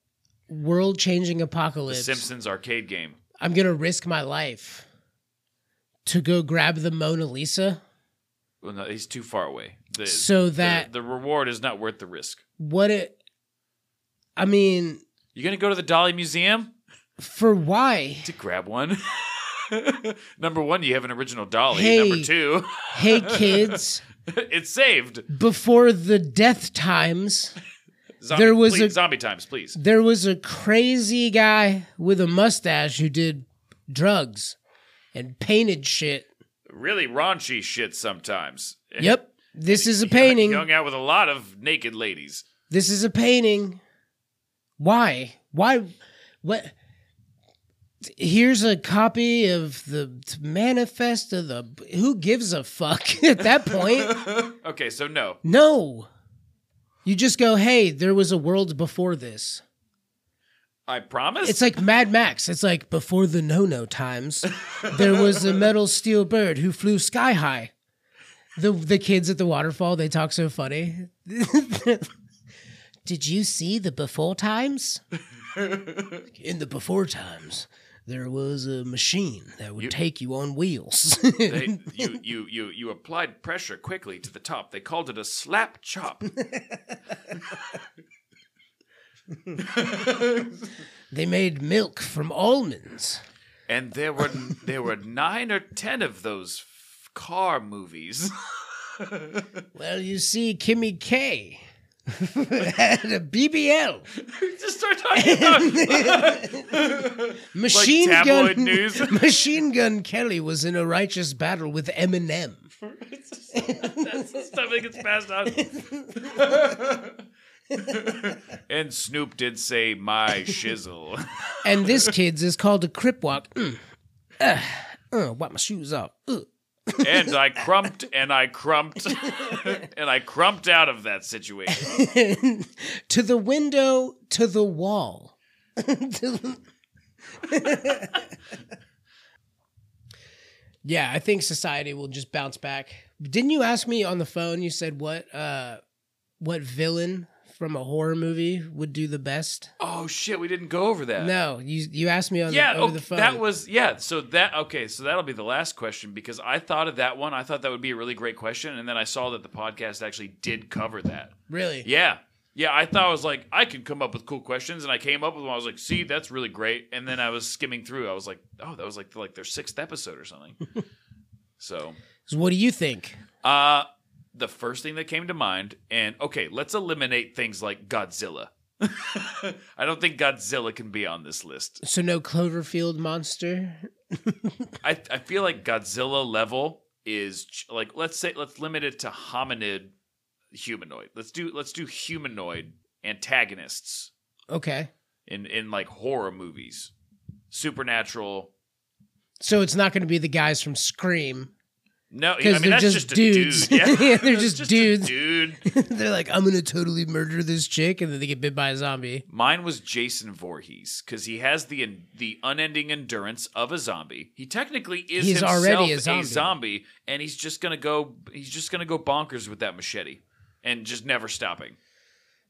world changing the apocalypse, Simpsons arcade game. I'm gonna risk my life to go grab the Mona Lisa? Well, no, he's too far away. The, So the- that- the, reward is not worth the risk. What it I mean, You're gonna go to the Dolly Museum for why? to grab one. Number one, you have an original Dolly. Hey. Number two, Hey kids, it's saved. before the death times Zombie, There was please, a- zombie times, please. there was a crazy guy with a mustache who did drugs and painted shit. Really raunchy shit sometimes. Yep. This is a painting. He hung out with a lot of naked ladies. This is a painting. Why? Why? What? Here's a copy of the manifest of the. Who gives a fuck at that point? Okay, so no. No. You just go, hey, there was a world before this. I promise. It's like Mad Max. It's like before the no no times, there was a metal steel bird who flew sky high. The the kids at the waterfall, they talk so funny. Did you see the before times? In the before times, there was a machine that would take you on wheels. they, you, you, you, you applied pressure quickly to the top. They called it a slap chop. they made milk from almonds. and there were there were nine or ten of those f- car movies. Well, you see, Kimmy K had a BBL Just start talking about machine tabloid gun news. Machine Gun Kelly was in a righteous battle with Eminem. stuff that gets passed on. and Snoop did say my shizzle. And this kid's is called a crip walk. Mm. Uh, uh, wipe my shoes off. Ugh. and I crumped and I crumped and I crumped out of that situation. to the window, to the wall. yeah, I think society will just bounce back. Didn't you ask me on the phone? You said what uh what villain from a horror movie would do the best? Oh shit, we didn't go over that. No, you you asked me on Yeah, the, over okay, the phone. that was yeah. So that okay, so that'll be the last question because I thought of that one. I thought that would be a really great question, and then I saw that the podcast actually did cover that. really Yeah, yeah. I thought I was like, I could come up with cool questions, and I came up with them. I was like, see, that's really great. And then I was skimming through. I was like, oh, that was like like their sixth episode or something. so So what do you think? Uh the first thing that came to mind, and okay, let's eliminate things like Godzilla. I don't think Godzilla can be on this list. So no Cloverfield monster? I I feel like Godzilla level is ch- like let's say let's limit it to hominid humanoid. Let's do let's do humanoid antagonists Okay. in in like horror movies, supernatural. So it's not going to be the guys from Scream. No, I 'Cause mean they're that's just just, a dudes. dude. Yeah, Yeah, they're It's just a dudes. dude. They're like, I'm going to totally murder this chick, and then they get bit by a zombie. Mine was Jason Voorhees because he has the the unending endurance of a zombie. He technically is He's himself already a a, zombie. zombie. and he's just gonna go. He's just gonna go bonkers with that machete and just never stopping.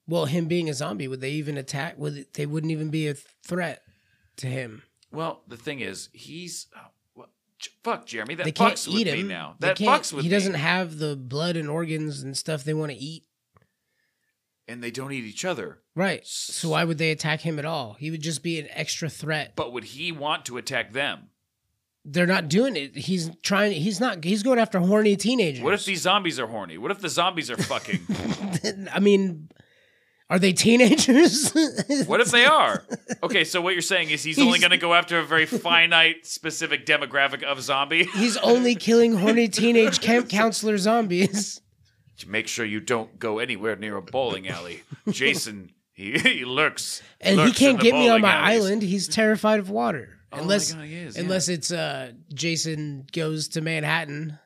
Well, him being a zombie, would they even attack? Would it- they wouldn't even be a threat to him? Well, the thing is, he's oh, well, j- fuck Jeremy. That They can't fucks eat with him. me now. They That can't- fucks with he me. doesn't have the blood and organs and stuff they want to eat. and they don't eat each other. Right. So why would they attack him at all? He would just be an extra threat. But would he want to attack them? They're not doing it. He's trying. He's not. He's going after horny teenagers. What if these zombies are horny? What if the zombies are fucking? I mean, are they teenagers? What if they are? Okay, so what you're saying is he's, only He's- going to go after a very finite, specific demographic of zombie. He's only killing horny teenage camp counselor zombies. Make sure you don't go anywhere near a bowling alley, Jason. He, he lurks, And lurks he in can't the get me on bowling my alleys. island. He's terrified of water. Oh unless my God, he is, yeah. unless it's uh Jason goes to Manhattan.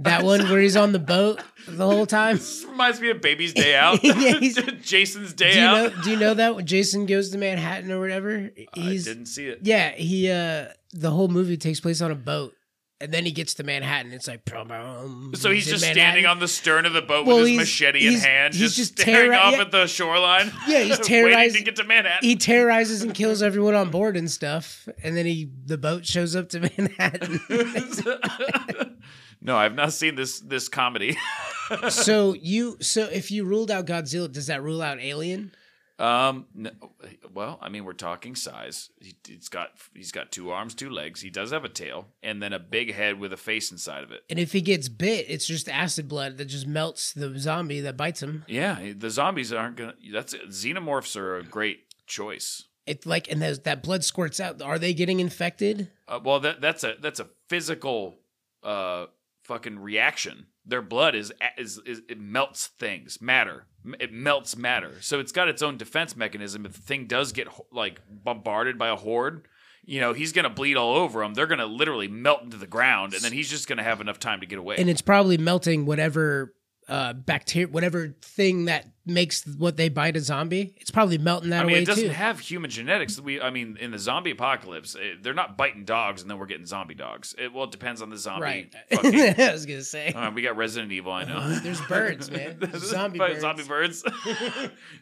That one where he's on the boat the whole time. This reminds me of Baby's Day Out. Yeah, he's- Jason's Do Day you know Out. do you know that when Jason goes to Manhattan or whatever? He's I didn't see it. Yeah, he uh the whole movie takes place on a boat. And then he gets to Manhattan. It's like "Prom, So he's in just Manhattan." standing on the stern of the boat Well, with his he's- machete in he's- hand, he's just, just staring terror- off yeah. at the shoreline. Yeah, he's waiting terrorized- to get to Manhattan. he terrorizes and kills everyone on board and stuff, and then he the boat shows up to Manhattan. no, I've not seen this this comedy. so you so if you ruled out Godzilla, does that rule out Alien? Um. No, well, I mean, we're talking size. He, he's got he's got two arms, two legs. He does have a tail, and then a big head with a face inside of it. And if he gets bit, it's just acid blood that just melts the zombie that bites him. Yeah, the zombies aren't gonna. That's xenomorphs are a great choice. It's like and that that blood squirts out. Are they getting infected? Uh, well, that that's a that's a physical uh fucking reaction. Their blood is, is is it melts things, matter. M- It melts matter. So it's got its own defense mechanism. If the thing does get ho- like bombarded by a horde, you know he's gonna bleed all over him. They're gonna literally melt into the ground, and then he's just gonna have enough time to get away. And it's probably melting whatever uh bacteria whatever thing that makes what they bite a zombie. It's probably melting that I mean, away it doesn't too. have human genetics. We, I mean, in the zombie apocalypse, eh, they're not biting dogs, and then we're getting zombie dogs. It, well, it depends on the zombie. right. Fucking, I was gonna say. all right, we got Resident Evil. I know. There's birds, man. There's zombie But birds. Zombie birds.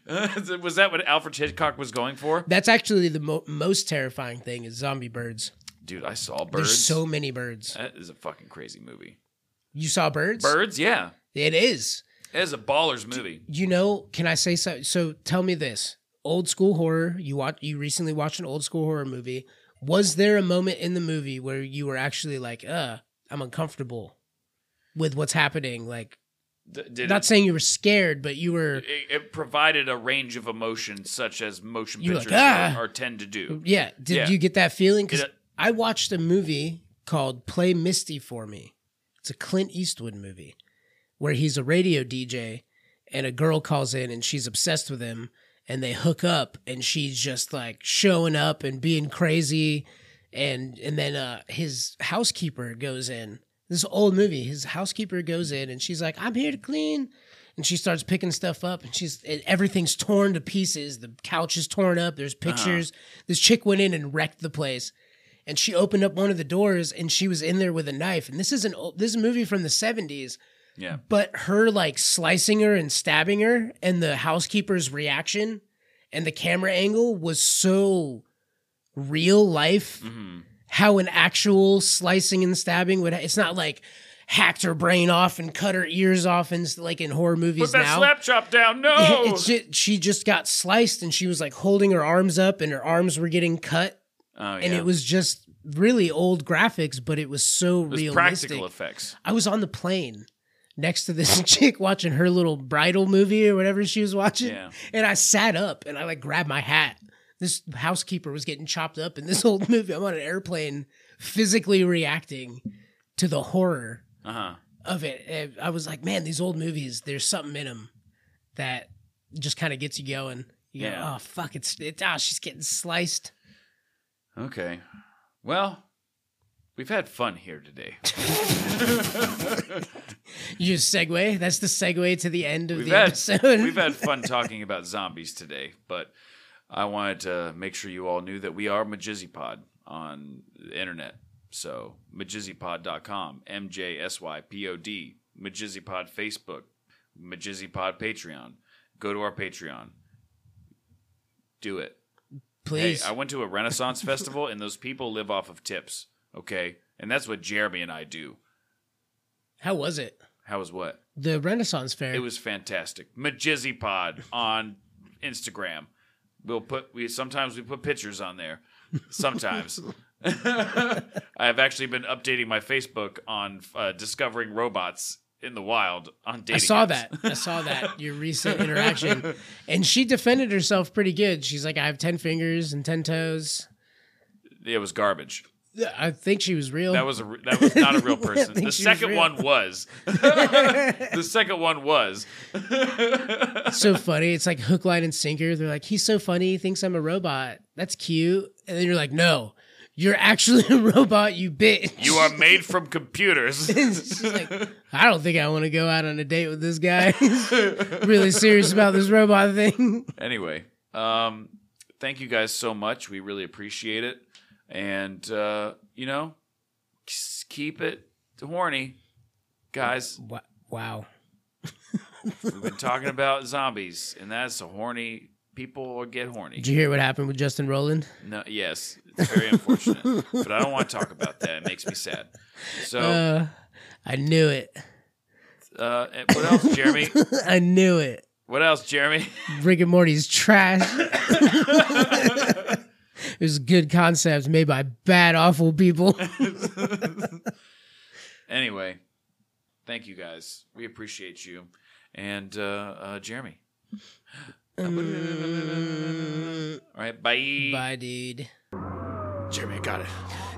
was that what Alfred Hitchcock was going for? That's actually the mo- most terrifying thing is zombie birds. Dude, I saw There's birds. so many birds. that is a fucking crazy movie. You saw birds? Birds, yeah, It is. it is a baller's movie. You know, can I say so? So tell me this. Old school horror, you watch you recently watched an old school horror movie. Was there a moment in the movie where you were actually like, uh, I'm uncomfortable with what's happening? Like D- did not it, saying you were scared, but you were it, it provided a range of emotion such as motion You're like, pictures "Ah!" are, are tend to do. Yeah. Did Yeah. you get that feeling? Because Did it- I watched a movie called Play Misty for Me. It's a Clint Eastwood movie where he's a radio DJ and a girl calls in and she's obsessed with him and they hook up and she's just like showing up and being crazy and and then uh his housekeeper goes in this is an old movie his housekeeper goes in and she's like i'm here to clean and she starts picking stuff up and she's and everything's torn to pieces the couch is torn up there's pictures this chick went in and wrecked the place and she opened up one of the doors and she was in there with a knife and this is an old, this is a movie from the 70s Yeah. but her like slicing her and stabbing her and the housekeeper's reaction and the camera angle was so real life how an actual slicing and stabbing would it's not like hacked her brain off and cut her ears off and s- like in horror movies Put that now slap chop down. No. it's just, she just got sliced and she was like holding her arms up and her arms were getting cut oh, yeah. and it was just really old graphics but it was so It was realistic practical effects. I was on the plane next to this chick watching her little bridal movie or whatever she was watching. Yeah. And I sat up and I like grabbed my hat. This housekeeper was getting chopped up in this old movie. I'm on an airplane physically reacting to the horror Uh huh. of it. And I was like, man, these old movies, there's something in them that just kind of gets you going. You yeah. Yeah. oh, fuck. It's, it's, ah, she's getting sliced. Okay. Well, we've had fun here today. You just segue. That's the segue to the end of We've the had episode. we've had fun talking about zombies today, but I wanted to make sure you all knew that we are Majizzypod on the internet. So majizzypod.com, M J S Y P O D, Majizzypod Facebook, Majizzypod Patreon. Go to our Patreon. Do it. Hey, Please. I went to a Renaissance festival, and those people live off of tips. Okay, and that's what Jeremy and I do. How was it? How was what? The Renaissance Fair. It was fantastic. Majizzy Pod on Instagram. We'll put we sometimes we put pictures on there. Sometimes. I've actually been updating my Facebook on uh, discovering robots in the wild on dating. I saw apps. that. I saw that your recent interaction, and she defended herself pretty good. She's like, "I have ten fingers and ten toes." It was garbage. I think she was real. That was a, re- that was not a real person. think the she was second real. one was. the second one was. so funny. It's like hook, line, and sinker. They're like, "He's so funny. He thinks I'm a robot. That's cute." And then you're like, "No, you're actually a robot, you bitch." You are made from computers. She's like, I don't think I want to go out on a date with this guy. He's really serious about this robot thing. anyway, um, thank you guys so much. We really appreciate it, and uh, you know, s- keep it horny, guys. Wa- Wow. We've been talking about zombies, and that's a horny. People get horny. Did you hear what happened with Justin Roland? No, yes, it's very unfortunate, but I don't want to talk about that. It makes me sad. So, uh, Uh, I knew it. and what else, Jeremy? I knew it. What else, Jeremy? Rick and Morty's trash. it was good concepts made by bad, awful people. anyway, thank you guys. We appreciate you, and uh, uh, Jeremy. Um, All right, bye. Bye, dude. Jeremy, I got it.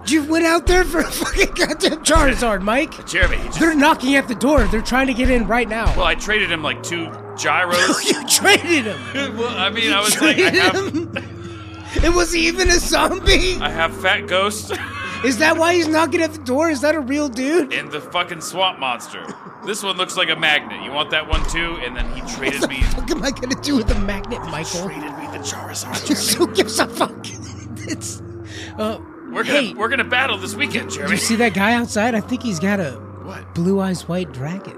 You went out there for a fucking goddamn Charizard, Mike. Jeremy, he just- They're knocking at the door. They're trying to get in right now. well, I traded him like two gyros. You traded him. well, I mean, I was like, I have, It was he even a zombie. I have fat ghosts Is that why he's knocking at the door? Is that a real dude? and the fucking swamp monster. This one looks like a magnet. You want that one too? And then he traded me. What am I gonna do with the magnet, Michael? Treated me the Charizard. Who gives a fuck? it's uh, We're gonna hey, we're gonna battle this weekend, Jeremy. you see that guy outside? I think he's got a blue eyes white dragon.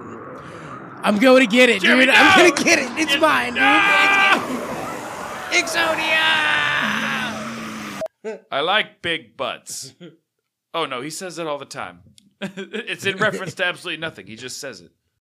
I'm going to get it, Jeremy, dude. I'm no! gonna get it. It's mine, dude. Ah! It's Exodia. I like big butts. Oh no, he says it all the time. it's in reference to absolutely nothing. He just says it.